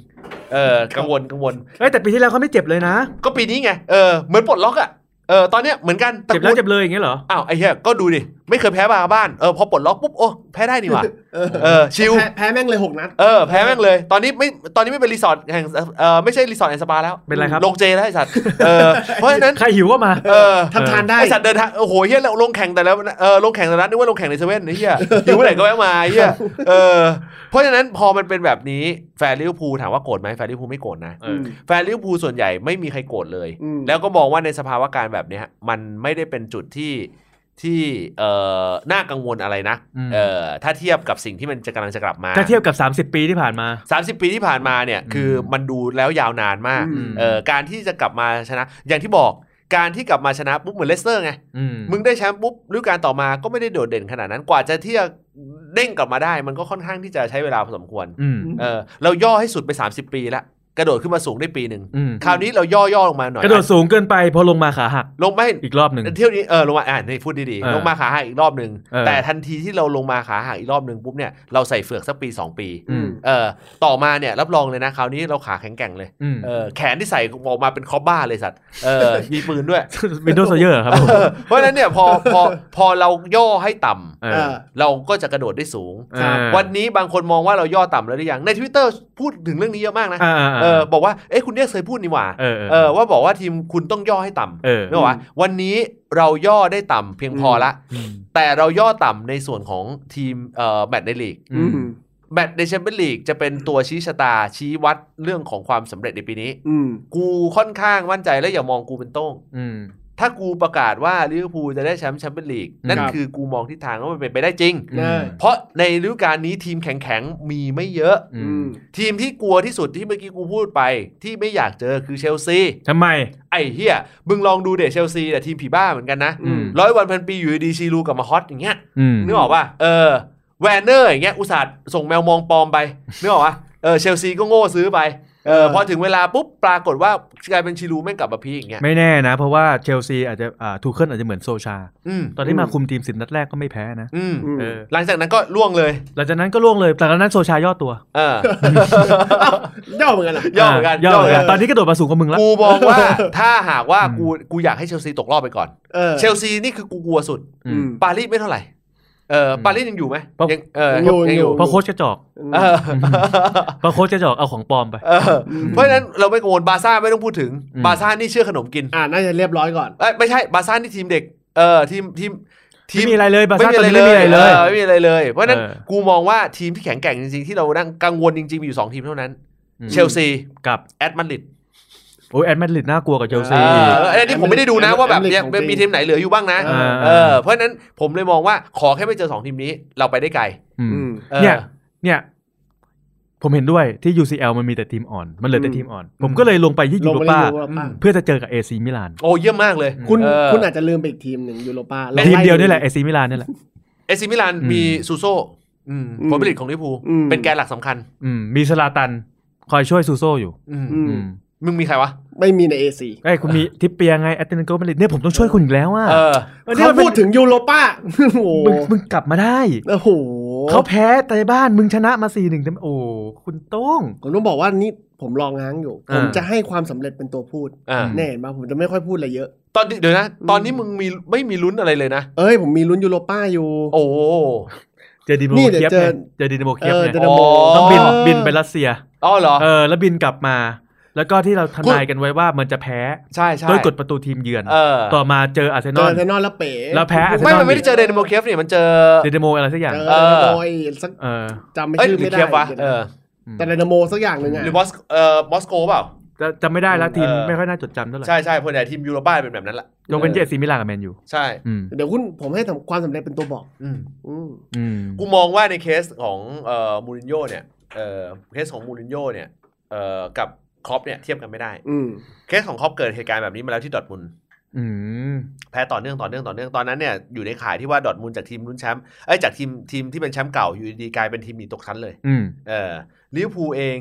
[SPEAKER 1] เออกังวลกังวล
[SPEAKER 3] เอ้ยแต่ปีที่แล้วเขาไม่เจ็บเลยนะ
[SPEAKER 1] ก็ปีนี้ไงเออเหมือนปลดล็อกอ่ะเออตอนเนี้ยเหมือนกันตระ
[SPEAKER 3] เจ็บแล้ว
[SPEAKER 1] กูล
[SPEAKER 3] เจ็บเลยอย่างเงี้ยเหรอ
[SPEAKER 1] อ้าวไอ้เหี้ยก็ดูดิ ไม่เคยแพ้บาบ้านเออพอปลดล็อกปุ๊บโอ้แพ้ได้นี่ห
[SPEAKER 3] *laughs*
[SPEAKER 1] ว่า
[SPEAKER 2] เออ
[SPEAKER 1] เออชิล
[SPEAKER 2] แพ้แพ้แม่งเลยหกนัด
[SPEAKER 1] เออแพ้แม่งเลย ตอนนี้ไม่ตอนนี้ไม่เป็นรีสอร์ทแห่งเออไม่ใช่รีสอร์ทแห่งสปาแล้ว
[SPEAKER 3] เป็นไรครับ
[SPEAKER 1] ลงเจแล้วไอ้สัตว์เออเพราะฉะนั้น
[SPEAKER 3] ใครหิวก็มา
[SPEAKER 1] เออ
[SPEAKER 2] ทำทานได้
[SPEAKER 1] ไอสัตว์เดินทางโอ้โหเฮียเราลงแข่งแต่แล้วเออลงแข่งแต่ละนึกว่าลงแข่งในเซเว่นไอ้เฮียอยู่เมื่อไหร่ก็แวะมาไอ้เฮียเออเพราะฉะนั้นพอมันเป็นแบบนี้แฟนลิเวอร์พูลถามว่าโกรธไหมแฟนลิเวอร์พูลไม่โกรธนะ
[SPEAKER 3] เออ
[SPEAKER 2] ม
[SPEAKER 1] แฟนลิเวอร์พูลส่วนใหญ่ไม่มีใครโกรธเลย
[SPEAKER 2] อืม
[SPEAKER 1] แล้วก็มองว่าในสภาวะการแบบเนี้ยมันไม่ได้เป็นจุดที่ที่เอ่อน่ากังวลอะไรนะ
[SPEAKER 3] อืม
[SPEAKER 1] เออถ้าเทียบกับสิ่งที่มันจะกำลังจะกลับมา
[SPEAKER 3] ถ้าเทียบกับ 30 ปีที่ผ่านมา
[SPEAKER 1] สามสิบปีที่ผ่านมาเนี่ยคือมันดูแล้วยาวนานมาก
[SPEAKER 2] อืม
[SPEAKER 1] เออการที่จะกลับมาชนะ อย่างที่บอกการที่กลับมาชนะปุ๊บเหมือนเลสเตอร์ไง
[SPEAKER 3] อืม
[SPEAKER 1] มึงได้แชมป์ปุ๊บฤดูกาลต่อมาก็ไม่ได้โดดเด่นขนาดนั้นกว่าจะที่จะเด้งกลับมาได้ มันก็ค่อนข้างที่จะใช้เวลาพอสมควร
[SPEAKER 3] อืม
[SPEAKER 1] เออเราย่อให้สุดไป 30 ปีละกระโดดขึ้นมาสูงได้ปีหนึ่ง
[SPEAKER 3] อืม
[SPEAKER 1] คราวนี้เราย่อย่อลงมาหน่อย
[SPEAKER 3] กระโดดสูงเกินไปพอลงมาขาหัก
[SPEAKER 1] ลงไม่
[SPEAKER 3] อีกรอบหนึ่ง
[SPEAKER 1] เที่ยวนี้เออลงมาอ่านนี่พูดดี
[SPEAKER 3] เออ
[SPEAKER 1] ๆลงมาขาหักอีกรอบหนึ่ง
[SPEAKER 3] เออ
[SPEAKER 1] แต่ทันทีที่เราลงมาขาหักอีกรอบหนึ่งปุ๊บเนี่ยเราใส่เฟือกสักปี 2 ปี
[SPEAKER 3] อืม
[SPEAKER 1] เออต่อมาเนี่ยรับรองเลยนะคราวนี้เราขาแข็งแกร่งเลย
[SPEAKER 3] อืม
[SPEAKER 1] เออแขนที่ใส่ออกมาเป็นคอบบ้าเลยสัตว์เออ
[SPEAKER 3] *laughs*
[SPEAKER 1] มีปืนด้วย
[SPEAKER 3] วินโดว์โซเยอร์ครับผม
[SPEAKER 1] เออเพราะฉะนั้นเนี่ยพอพอพอเราย่อให้ต่ำ
[SPEAKER 3] เอ
[SPEAKER 2] เอ
[SPEAKER 3] อ
[SPEAKER 2] อ
[SPEAKER 1] เราก็จะกระโดดได้สูง
[SPEAKER 2] ครับ
[SPEAKER 3] เออ
[SPEAKER 1] วันนี้บางคนมองว่าเราย่อต่ำแล้วหรือยังใน Twitter พูดถึงเรื่องนี้เยอะมากนะ
[SPEAKER 3] อ่าๆๆ
[SPEAKER 1] เออบอกว่าเอ๊ะคุณเนี่ยเคยพูดนี่หว่า
[SPEAKER 3] เออ
[SPEAKER 1] เออว่าบอกว่าทีมคุณต้องย่อให้ต่
[SPEAKER 3] เออ
[SPEAKER 1] ำนึกว่าวันนี้เราย่อได้ต่ำเพียงพอละ
[SPEAKER 3] อืม
[SPEAKER 1] แต่เราย่อต่ำในส่วนของทีมเอ่อแมตช์ในลีก
[SPEAKER 3] อืม
[SPEAKER 1] แมตช์ในแชมเปี้ยนลีกจะเป็นตัวชี้ชะตาชี้วัดเรื่องของความสำเร็จในปีนี้
[SPEAKER 2] อืม
[SPEAKER 1] กูค่อนข้างมั่นใจและอย่ามองกูเป็นโต้ง
[SPEAKER 3] อืม
[SPEAKER 1] ถ้ากูประกาศว่าลิเวอร์พูลจะได้แชมป์แชมเปี้ยนลีก นั่น
[SPEAKER 2] ครับ
[SPEAKER 1] คือกูมองทิศทางว่ามันเป็นไปได้จริง
[SPEAKER 3] อื
[SPEAKER 2] ได้
[SPEAKER 3] ม
[SPEAKER 1] เพราะในฤดูกาลนี้ทีมแข็งๆ มีไม่เยอะ
[SPEAKER 3] อื
[SPEAKER 2] อื
[SPEAKER 3] ม
[SPEAKER 2] ม
[SPEAKER 1] ทีมที่กลัวที่สุดที่เมื่อกี้กูพูดไป ที่ไม่อยากเจอคือเชลซี
[SPEAKER 3] ทำไม
[SPEAKER 1] ไอ้เฮียมึงลองดูเดชเชลซีแต่ยทีมผีบ้าเหมือนกันนะ
[SPEAKER 2] อืม
[SPEAKER 1] ร้อยวันพันปีอยู่ดีๆชีรูกลับมาฮอตอย่างเงี้ย
[SPEAKER 3] อืม
[SPEAKER 1] นึกออกป่ะเออแวนเนอร์อย่างเงี้ยอุตส่าห์ส่งแมวมองปลอมไปนึกออกป่ะเออเชลซีก็โง่ซื้อไปเออพอถึงเวลาปุ๊บปรากฏว่ากลายเป็นชีรูแม่งกลับมาพีคอย่างเงี้ย
[SPEAKER 3] ไม่แน่นะ เพราะว่าเชลซีอาจจะอ่าทูเคิลอาจจะเหมือนโซชา
[SPEAKER 1] อืม
[SPEAKER 3] ตอนที่มา
[SPEAKER 2] อืม
[SPEAKER 3] คุมทีมสิบนัดแรกก็ไม่แพ้นะ
[SPEAKER 1] อืม
[SPEAKER 2] อืม
[SPEAKER 3] เออ
[SPEAKER 1] หลังจากนั้นก็ล่วงเลย
[SPEAKER 3] หลังจากนั้นก็ล่วงเลยหลังจากนั้นโซชาย่อตัว
[SPEAKER 1] เออ
[SPEAKER 2] ย่อเหมือนกันเหรอ
[SPEAKER 1] ย่อเหมือนกันา
[SPEAKER 3] ย่อเหมือน
[SPEAKER 1] ย่อเหมือน
[SPEAKER 3] กัน
[SPEAKER 1] กัน
[SPEAKER 3] ตอนนี้กระโดดมาสูงกว่ามึงแล้ว
[SPEAKER 1] กูมองว่า ถ้าหากว่า
[SPEAKER 3] อืม
[SPEAKER 1] กูกูอยากให้เชลซีตกรอบไปก่อน
[SPEAKER 2] เออ
[SPEAKER 1] เชลซีนี่คือกูกลัวสุด
[SPEAKER 2] อืม
[SPEAKER 1] ปารีสไม่เท่าไหร่ เออปารีสยังอยู่ไหม
[SPEAKER 3] เพราะ
[SPEAKER 1] ยังเออ
[SPEAKER 2] ยังอยู่
[SPEAKER 1] ยังอยู่
[SPEAKER 2] ยังอยู่
[SPEAKER 3] เพราะโค้ชกระจอก
[SPEAKER 1] เออ
[SPEAKER 3] เพราะโค้ชกระจอกเอาของปลอมไป
[SPEAKER 1] เออ
[SPEAKER 2] ม
[SPEAKER 1] เพราะฉะนั้นเราไม่กังวลบาร์ซ่าไม่ต้องพูดถึง
[SPEAKER 3] อืม
[SPEAKER 1] บาร์ซ่านี่เชื่อขนมกิน
[SPEAKER 2] อ่าน่าจะเรียบร้อยก่อน
[SPEAKER 1] เอ้ยไม่ใช่บาร์ซ่านี่ทีมเด็ก เออทีมทีมที
[SPEAKER 3] ไม่มีอะไรเลยบาร์ซ่าตอนนี้ไม่
[SPEAKER 1] ไม่มี
[SPEAKER 3] มีอะ
[SPEAKER 1] อะไร ไร
[SPEAKER 3] เล
[SPEAKER 1] เลย ยเออไม่มีอะไรเลย เพราะฉะนั้น
[SPEAKER 3] เออ
[SPEAKER 1] กูมองว่าทีมที่แข็งแกร่งจริงๆที่เรานั่งกังวลจริงๆมีอยู่สองทีมเท่านั้น
[SPEAKER 3] อืม
[SPEAKER 1] เชลซี
[SPEAKER 3] กับ
[SPEAKER 1] แอตมาดริด
[SPEAKER 3] โอ้ยแอดมิดลิดน่ากลัวกว่าเชลซี
[SPEAKER 1] เอ
[SPEAKER 2] ดี
[SPEAKER 1] อเอออันนี้ผมไม่ได้ดูนะว่าแบบ
[SPEAKER 2] แอมลิก
[SPEAKER 1] ยัง
[SPEAKER 2] ของ
[SPEAKER 1] ยัง
[SPEAKER 2] จริง
[SPEAKER 1] มีทีมไหนเหลืออยู่บ้างนะ
[SPEAKER 2] เออ
[SPEAKER 1] เออ เพราะฉะนั้นผมเลยมองว่าขอแค่ไม่เจอสองทีมนี้เราไปได้ไกล
[SPEAKER 3] อืม
[SPEAKER 2] อืม
[SPEAKER 1] เออ
[SPEAKER 3] เนี่ย เนี่ย ผมเห็นด้วยที่ UCL มันมีแต่ทีมอ่อน มันเหลือแต่
[SPEAKER 2] อืม
[SPEAKER 3] ทีมอ่อน ผมก็เลยลงไปที่ยู
[SPEAKER 2] ลง
[SPEAKER 3] โร
[SPEAKER 2] ไป
[SPEAKER 3] ป้า
[SPEAKER 2] ยูโรป้า
[SPEAKER 1] อืม
[SPEAKER 3] เพื่อจะเจอกับเอซีมิลาน
[SPEAKER 1] โอ้เยี่ยมมากเลย
[SPEAKER 2] คุณ
[SPEAKER 1] เ
[SPEAKER 2] คุณอาจจะลืมไปอีกทีมหนึ่งยูโรป้ารา
[SPEAKER 3] ทีมเดียว
[SPEAKER 2] ไ
[SPEAKER 3] นี่แหละเอซีมิลานนี่แหละ
[SPEAKER 1] เอซิมิลาน
[SPEAKER 3] อืม
[SPEAKER 1] มีซูโซ่อืม
[SPEAKER 2] อืม
[SPEAKER 1] ผลผลิตของลิเวอร์พูล
[SPEAKER 2] อืม
[SPEAKER 1] เป็นแกนหลักสำคัญ
[SPEAKER 3] อืม มีสลาตัน คอยช่วยซูโซอยู่
[SPEAKER 1] อืม
[SPEAKER 2] อืม
[SPEAKER 3] อืม
[SPEAKER 1] มึงมีใครวะ
[SPEAKER 2] ไม่มีในเอซี
[SPEAKER 3] ไอ้ยคุณมีทิปเปียไงแอตเลติโกมาดริดเนี่ยผมต้องช่วยคุณอีกแล้วอ่ะ
[SPEAKER 1] เออ
[SPEAKER 3] ออนี่
[SPEAKER 2] เขา
[SPEAKER 3] มันเป็น
[SPEAKER 2] พูดถึงยูโรป้า *laughs* โอ้โห
[SPEAKER 3] มึงมึงกลับมาได้
[SPEAKER 2] โอ้โห
[SPEAKER 3] เขาแพ้แต่บ้านมึงชนะมาสี่หนึ่งโอ้คุณโต้ง
[SPEAKER 2] ผมต้องบอกว่านี่ผมลองง้างอยู่
[SPEAKER 3] อ่า
[SPEAKER 2] ผมจะให้ความสำเร็จเป็นตัวพูด
[SPEAKER 1] อ่า
[SPEAKER 2] แน่เห็นปะผมจะไม่ค่อยพูดอะไรเยอะ
[SPEAKER 1] ตอนนี้เดี๋ยวนะ ตอนนี้มึงมีไม่มีลุ้นอะไรเลยนะ
[SPEAKER 2] เอ้ยผมมีลุ้นยูโรป้าอยู่
[SPEAKER 1] โอ้โห
[SPEAKER 3] เจอดินาโม
[SPEAKER 2] นี่เดี๋
[SPEAKER 3] เคีย
[SPEAKER 2] ย
[SPEAKER 3] บ
[SPEAKER 2] วเจ
[SPEAKER 3] ไง
[SPEAKER 2] อ
[SPEAKER 3] เจอดินาโม
[SPEAKER 2] เอ
[SPEAKER 3] เคียบ
[SPEAKER 2] อ
[SPEAKER 3] ไง
[SPEAKER 2] เดนาโม
[SPEAKER 1] อ๋อ
[SPEAKER 3] ต้องบินบินไปรัสเซีย
[SPEAKER 1] อ๋อเหรอ
[SPEAKER 3] เออ แล้วบินกลับมา แล้วก็ที่เราทนายกันไว้ว่ามันจะแพ้
[SPEAKER 1] ใช่ใช่
[SPEAKER 3] โดยกดประตูทีมเยือน
[SPEAKER 1] เออ
[SPEAKER 3] ต่อมาเจออาร์เซ
[SPEAKER 2] เจ
[SPEAKER 3] นอ
[SPEAKER 2] อ
[SPEAKER 3] ล
[SPEAKER 2] เทนนอลแล้วเป๋
[SPEAKER 3] แล้วแพ้
[SPEAKER 1] ไม่มันไม่ได้เจอเดนโมเคฟเนี่ยมันเจอ
[SPEAKER 3] เดนโมอะไรสักอย่าง
[SPEAKER 2] เจอ
[SPEAKER 1] เอ
[SPEAKER 2] เด
[SPEAKER 1] อ
[SPEAKER 2] นาโมไอ้สัก
[SPEAKER 3] เออ
[SPEAKER 2] จำไม่
[SPEAKER 1] เอ้ย
[SPEAKER 2] ชื่อ
[SPEAKER 1] หรือ
[SPEAKER 2] ไม่
[SPEAKER 1] เค
[SPEAKER 2] ได้
[SPEAKER 1] ฟวะเออ
[SPEAKER 2] แต่เดนาโมสักอย่างหนึ่งอะ
[SPEAKER 1] หรือมอสเอ่อมอสโกเปล่า
[SPEAKER 3] จะจำไม่ได้แล้วทีม
[SPEAKER 1] เออ
[SPEAKER 3] ไม่ค่อยน่าจดจำเท่าไหร่
[SPEAKER 1] ใช่ใช่เพราะแต่ทีมยูโรป้าเป็นแบบนั้นแหละ
[SPEAKER 3] ยกเป็นเจสซีมิลานกับแมนยู
[SPEAKER 1] ใช่
[SPEAKER 3] อืม
[SPEAKER 2] เดี๋ยวคุณผมให้ทำความสำเร็จเป็นตัวบอก
[SPEAKER 1] อืม
[SPEAKER 2] อืม
[SPEAKER 3] อืม
[SPEAKER 1] กูมองว่าในเคสของเอ่อมูรินโญ่เนี่ยเอ่อเคสของมูรินโญ่เนี่ยเอ่อกับครอปเนี่ยเทียบกันไม่ได้
[SPEAKER 2] อืม
[SPEAKER 1] เคสของครอปเกิดเหตุการณ์แบบนี้มาแล้วที่ดอร์ทมุนด์
[SPEAKER 3] อืม
[SPEAKER 1] แพ้ต่อเนื่องต่อเนื่องต่อเนื่องตอนนั้นเนี่ยอยู่ในข่ายที่ว่าดอร์ทมุนด์จากทีมลุ้นแชมป์ไอ้ยจากทีมทีมที่เป็นแชมป์เก่าอยู่ดีๆกลายเป็นทีมหนีตกชั้นเลย
[SPEAKER 3] อืม
[SPEAKER 1] เออลิเวอร์พูลเอง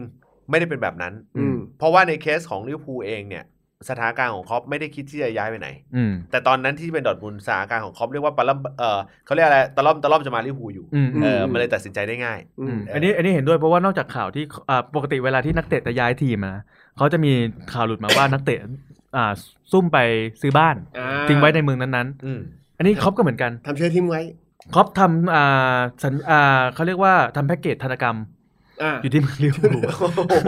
[SPEAKER 1] ไม่ได้เป็นแบบนั้น
[SPEAKER 2] อืม
[SPEAKER 1] เพราะว่าในเคสของลิเวอร์พูลเองเนี่ย สถานการณ์ของคล็อปไม่ได้คิดที่จะย้ายไปไหน
[SPEAKER 3] อืม
[SPEAKER 1] แต่ตอนนั้นที่เป็นดอร์ทมุนด์สถานการณ์ของคล็อปเรียกว่าปลาล่ำเออเขาเรียกอะไรตะล่อมตะล่อมจะมาลิเวอร์พูลอยู่
[SPEAKER 3] อืม
[SPEAKER 1] เอออ
[SPEAKER 2] ม
[SPEAKER 1] มันเลยตัดสินใจได้ง่าย
[SPEAKER 2] อืม
[SPEAKER 3] อันนี้อันนี้เห็นด้วยเพราะว่านอกจากข่าวที่อ่าปกติเวลาที่นักเตะจะย้ายทีมอะนะเขาจะมีข่าวหลุดมาว่า นักเตะอ่าซุ่มไปซื้อบ้าน
[SPEAKER 2] อ่า
[SPEAKER 3] ทิ้งไว้ในเมืองนั้น
[SPEAKER 1] อืม
[SPEAKER 3] ๆ อันนี้ครอปก็เหมือนกัน
[SPEAKER 2] ทำเชื้อทิ้งไว้
[SPEAKER 3] ครอปทำอ่าสัญอ่าเขาเรียกว่าทำแพ็กเกจธนกรรม
[SPEAKER 2] อ่า
[SPEAKER 3] อยู่ที่เมืองลิเวอร์พูล
[SPEAKER 1] *laughs* โอ้โห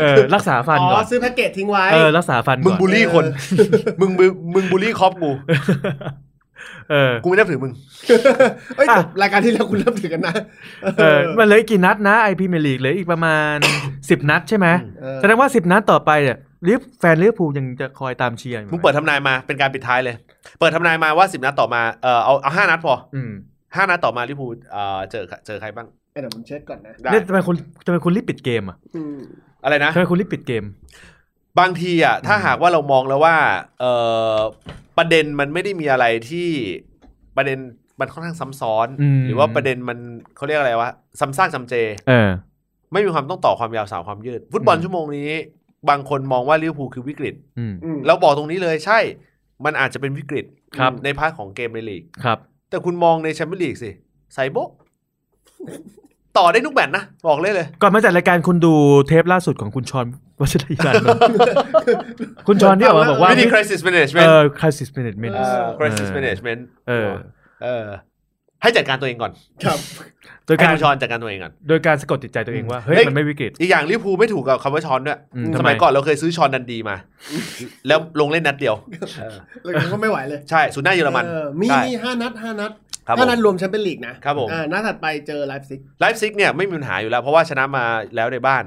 [SPEAKER 3] เออรักษาฟัน
[SPEAKER 2] อ๋
[SPEAKER 3] ก่
[SPEAKER 2] อ
[SPEAKER 3] อน
[SPEAKER 2] ซื้อแพ็กเกจทิ้งไว้
[SPEAKER 3] เออรักษาฟัน
[SPEAKER 1] มึง
[SPEAKER 3] ก่อน
[SPEAKER 1] บูลลี่คน
[SPEAKER 2] เอ
[SPEAKER 1] มึงมึงมึงบูลลี่คล็อปกู
[SPEAKER 3] *laughs* เออ
[SPEAKER 1] กูไม่นับถือมึง
[SPEAKER 2] เอ้ย
[SPEAKER 3] อ่ะ
[SPEAKER 2] แต่รายการที่แล้วคุณเริ่มถึงกันนะ
[SPEAKER 3] เออมันเหลืออีกกี่นัดนะไอพีเมลีกเหลืออีกประมาณ *coughs* 10 นัดใช่ไหม
[SPEAKER 2] เออ
[SPEAKER 3] แสดงว่า 10 นัดต่อไปเนี่ยลิฟแฟนลิเวอร์พูลยังจะคอยตามเชียร์อยู่
[SPEAKER 1] มึงเปิดทำนายมาเป็นการปิดท้ายเลย เปิดทำนายมาว่าสิบนัดต่อมาเออเอาเอาห้านัดพอ
[SPEAKER 3] อืม
[SPEAKER 1] ห้านัดต่อมาลิเวอร์พูลเออเจอเจอใครบ้าง
[SPEAKER 2] เอ้ยเดี๋ยวผมเช็คก่อนนะ
[SPEAKER 1] ได้
[SPEAKER 3] เนี่ยทำไมคุณทำไมคุณรีบปิดเกมอ่ะ
[SPEAKER 2] อืม
[SPEAKER 1] อะไรนะ
[SPEAKER 3] ทำไมคุณรีบปิดเกม
[SPEAKER 1] บางทีอ่ะถ้าหากว่าเรามองแล้วว่าเออประเด็นมันไม่ได้มีอะไรที่ประเด็นมันค่อนข้างซ้ำซ้อน
[SPEAKER 3] อืม
[SPEAKER 1] หรือว่าประเด็นมันเขาเรียกอะไรวะซ้ำซากจำเจ
[SPEAKER 3] เออ
[SPEAKER 1] ไม่มีความต้องต่อความยาวสาวความยืด ฟุตบอล
[SPEAKER 3] อืม
[SPEAKER 1] ชั่วโมงนี้ บางคนมองว่าลิเวอร์พูลคือวิกฤต
[SPEAKER 3] อืม
[SPEAKER 2] อืม
[SPEAKER 1] เราบอกตรงนี้เลยใช่ มันอาจจะเป็นวิกฤต
[SPEAKER 3] ครับ
[SPEAKER 1] ในพาร์ทของเกมในลีก
[SPEAKER 3] ครับ
[SPEAKER 1] แต่คุณมองในแชมเปี้ยนลีกสิไซโบะต่อได้ทุกแบตนะ บอกเลยเลย
[SPEAKER 3] ก่อนมาจัดรายการคุณดูเทปล่าสุดของคุณชอนวัชรีการ
[SPEAKER 1] *laughs*
[SPEAKER 3] นนท์ คุณชอนที่ออกมาบอกว่า
[SPEAKER 1] ไม่ดี crisis
[SPEAKER 3] เอ
[SPEAKER 1] management
[SPEAKER 3] อ crisis management
[SPEAKER 2] เออ
[SPEAKER 1] crisis
[SPEAKER 3] เออ
[SPEAKER 1] management
[SPEAKER 3] เออ
[SPEAKER 1] เออ ให้จัดการตัวเองก่อน
[SPEAKER 2] ครับ
[SPEAKER 3] โดย
[SPEAKER 1] ให้
[SPEAKER 3] การ
[SPEAKER 1] คุณชอนจัดการตัวเองก่อน
[SPEAKER 3] โดยการสะกดจิตใจตัวเองว่า เฮ้ย
[SPEAKER 1] เฮ้ย
[SPEAKER 3] มันไม่วิกฤต
[SPEAKER 1] อีกอย่างลิเวอร์พูลไม่ถูกกับคำว่าช้อนด้วย
[SPEAKER 3] อืม
[SPEAKER 1] ส
[SPEAKER 3] ทำไม
[SPEAKER 1] มัยก่อนเราเคยซื้อช้อนดันดีมา แล้วลงเล่นนัดเดียว
[SPEAKER 2] แล้วก็ไม่ไหวเลย
[SPEAKER 1] ใช่สุดหน้าเยอรมัน
[SPEAKER 2] เออมี
[SPEAKER 1] ใช่
[SPEAKER 2] มีห้านัดห้านัด
[SPEAKER 1] ครับผ
[SPEAKER 2] ห้าม นัดรวมแชมเปี้ยนลีกนะครับ
[SPEAKER 1] ผม
[SPEAKER 2] อ่านัดถัดไปเจอไลฟ์ซิก
[SPEAKER 1] ไลฟ์ซิกเนี่ยไม่มีปัญหาอยู่แล้ว เพราะว่าชนะมาแล้วในบ้าน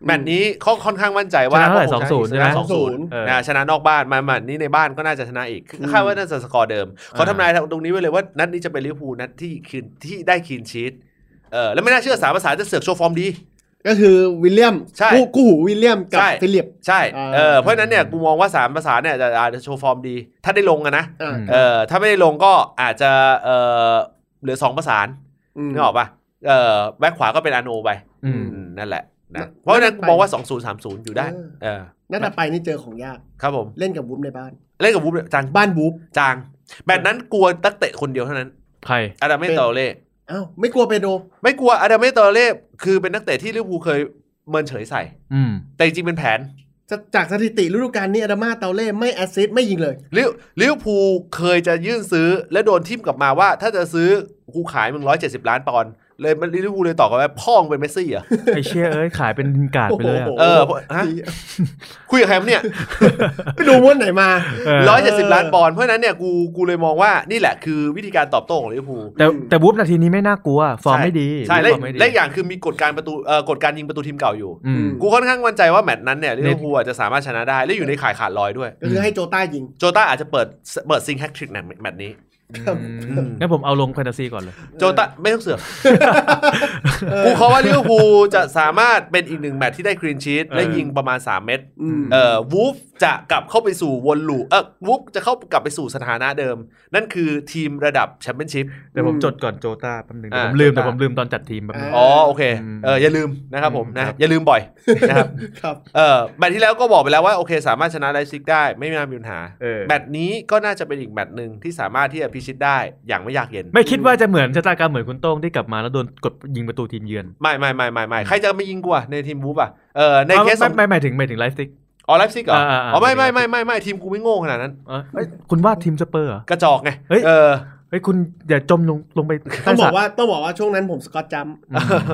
[SPEAKER 2] อืม
[SPEAKER 1] แมตช์นี้เขาค่อนข้างมั่นใจว่า
[SPEAKER 3] ชนะเท่าไหร่
[SPEAKER 1] ก็คงชนะ
[SPEAKER 3] 2-0ใช่ไหม
[SPEAKER 1] สองศูนย์
[SPEAKER 3] เออ
[SPEAKER 1] นะชนะนอกบ้านมาแมตช์นี้ในบ้านก็น่าจะชนะอีก
[SPEAKER 2] อืม
[SPEAKER 1] คาดว่าน่าจะสกอร์เดิม
[SPEAKER 3] อ่า
[SPEAKER 1] เขาทำนายตรงนี้ไว้เลยว่านัดนี้จะเป็นลิเวอร์พูลนัดที่คืนที่ได้คืนชีตเออแล้วไม่น่าเชื่อสามภาษาจะเสือกโชว์ฟอร์มดี
[SPEAKER 2] ก็คือวิลเลียม
[SPEAKER 1] ใช่
[SPEAKER 2] คู่คู่หูวิลเลียมกับ
[SPEAKER 1] ใช่
[SPEAKER 2] ฟิลิป
[SPEAKER 1] ใช่
[SPEAKER 2] อ่า
[SPEAKER 1] เออเพราะฉะนั้นเนี่ยกูมองว่าสามภาษาเนี่ยจะอาจจะโชว์ฟอร์มดี ถ้าได้ลงอะนะ
[SPEAKER 2] อ่า
[SPEAKER 1] เออถ้าไม่ได้ลงก็อาจจะเออเหลือสองภาษาม นึกออกปะเออแบ็คขวาก็เป็นอาโนไป
[SPEAKER 3] อืม
[SPEAKER 1] อืมนั่นแหละ
[SPEAKER 2] นะ
[SPEAKER 1] นะเพราะฉะนั้นกู
[SPEAKER 2] ไม่ได้ไป
[SPEAKER 1] มองว่า 2030 อยู่ได้
[SPEAKER 2] เออ
[SPEAKER 1] เออ
[SPEAKER 2] นัดถัดไปนี่เจอของยาก
[SPEAKER 1] ครับผม
[SPEAKER 2] เล่นกับวูฟในบ้าน
[SPEAKER 1] เล่นกับวูฟจาง
[SPEAKER 2] บ้านวูฟ
[SPEAKER 1] จางแบบนั้นกลัวตักเตะคนเดียวเท่านั้น
[SPEAKER 3] ใคร
[SPEAKER 1] อาดามเมตโตเล่
[SPEAKER 2] อ้าวไม่กลัวเปโดร
[SPEAKER 1] ไม่กลัวอาดามเมตโตเล่คือเป็นนักเตะที่ลิเวอร์พูลเคยเมินเฉยใส่
[SPEAKER 3] อืม
[SPEAKER 1] แต่จริงๆเป็นแผน
[SPEAKER 2] จะจากสถิติฤดูกาลนี้อาดามาเตาเล่ไม่แอสซิสต์ไม่ยิงเลย
[SPEAKER 1] ลิเวลิเวอร์พูลเคยจะยื่นซื้อและโดนทิมกลับมาว่า ถ้าจะซื้อกูขายมึง 170 ล้านปอนด์เลยมันลิเวอร์พูลเลยตอบกลับว่าพ่อมึงเป็นเมสซี่เหรอ่ะ
[SPEAKER 3] ไอเชี่ยเอ้ย ขายเป็นกาดไปเลยอะ
[SPEAKER 2] โอ้โห
[SPEAKER 1] เออฮะคุยกับใครวะเนี่ย
[SPEAKER 2] ไปดูม้วนไหนมา
[SPEAKER 3] เออ
[SPEAKER 1] ร้อยเจ็ดสิบล้านปอนด์เพราะฉะนั้นเนี่ยกูกูเลยมองว่านี่แหละคือวิธีการตอบโต้ของลิเวอร์พูล
[SPEAKER 3] แต่แต่วูฟนาทีนี้ไม่น่ากลัว ฟอร์มไม่ดี
[SPEAKER 1] ใช่
[SPEAKER 3] วู
[SPEAKER 1] และ
[SPEAKER 3] ฟฟอร์มไม่ดี
[SPEAKER 1] และอย่างคือมีกฎการประตูเอ่อกฎการยิงประตูทีมเก่าอยู่
[SPEAKER 3] อืม
[SPEAKER 1] กูค่อนข้างมั่นใจว่าแมตช์นั้นเนี่ยลิเวอร์พูลอาจจะสามารถชนะได้ และอยู่ในข่ายขาดลอยด้วย
[SPEAKER 2] ก็คือให้โจต้ายิง
[SPEAKER 1] โจต้าอาจจะเปิดเปิดซิงค์แฮกทริกในแมตช์นี้
[SPEAKER 2] ครับ
[SPEAKER 3] อืมงั้นผมเอาลงแฟนตาซีก่อนเลย
[SPEAKER 1] โจต้าไม่ต้องเสื
[SPEAKER 3] *laughs*
[SPEAKER 1] อกกูเขาว่าลิเวอร์พูลจะสามารถเป็นอีกหนึ่งแมตช์ที่ได้ครีนชีตและ
[SPEAKER 3] เออ
[SPEAKER 1] ยิงประมาณ 3 เม็ด
[SPEAKER 2] อืม
[SPEAKER 1] เอ่อวูฟจะกลับเข้าไปสู่วนลูปเออวูฟจะเข้ากลับไปสู่สถานะเดิม นั่นคือทีมระดับแชมเปี้ยนชิพ
[SPEAKER 3] เดี๋ยวผมจดก่อนโจต้าแป๊บนึงเดี๋
[SPEAKER 1] อ่า
[SPEAKER 3] ยวผมลืม
[SPEAKER 1] โจต้า
[SPEAKER 3] แต่ผมลืมตอนจัดทีมแป๊บนึง
[SPEAKER 1] อ๋อโอเคเออ
[SPEAKER 3] ม
[SPEAKER 1] อย่าลืมนะครับผม
[SPEAKER 3] ค
[SPEAKER 1] นะ
[SPEAKER 3] รับ
[SPEAKER 1] อย่าลืมบ่
[SPEAKER 3] *laughs*
[SPEAKER 1] อยนะครับ
[SPEAKER 2] ครับ
[SPEAKER 1] เออแมตช์ที่แล้วก็บอกไปแล้วว่าโอเค สามารถชนะไลฟ์ซิกได้ไม่น่ามีปัญหา
[SPEAKER 3] เออ
[SPEAKER 1] แมตช์นี้ก็น่าจะเป็นอีกแมตช์หนึ่งที่สามารถที่จะพิชิตได้อย่างไม่ยากเย็น
[SPEAKER 3] ไม่คิดว่าจะเหมือนชะตากรรมเหมือนคุณโต้งที่กลับมาแล้วโดนกดยิงประตูทีมเยือน
[SPEAKER 1] ไม่ไม่ไม่ไม่ไม่ใครจะไม่ยิงกว่าในทีมบูฟอ่ะเออใน
[SPEAKER 3] อ้า
[SPEAKER 1] เคสข
[SPEAKER 3] ไม่
[SPEAKER 1] อง
[SPEAKER 3] ไม่หมายถึงหมายถึงไลฟ์สติก
[SPEAKER 1] อ๋อไลฟ์ซิกเหรอ
[SPEAKER 3] อ่าอ่า
[SPEAKER 1] อ๋อไม่ไม่ไม่ไม่ไม่ทีมกูไม่โง่ขนาดนั้น
[SPEAKER 3] เอ้ยคุณว่าทีมสเปอร์เหรอ
[SPEAKER 1] กระจอกไง
[SPEAKER 3] เฮ้ย
[SPEAKER 1] เออ
[SPEAKER 3] เฮ้ยคุณอย่าจมลงลงไป
[SPEAKER 2] ต้องบอก
[SPEAKER 3] ใต้สระ
[SPEAKER 2] ว่าต้องบอกว่าช่วงนั้นผมสกอตจัมป์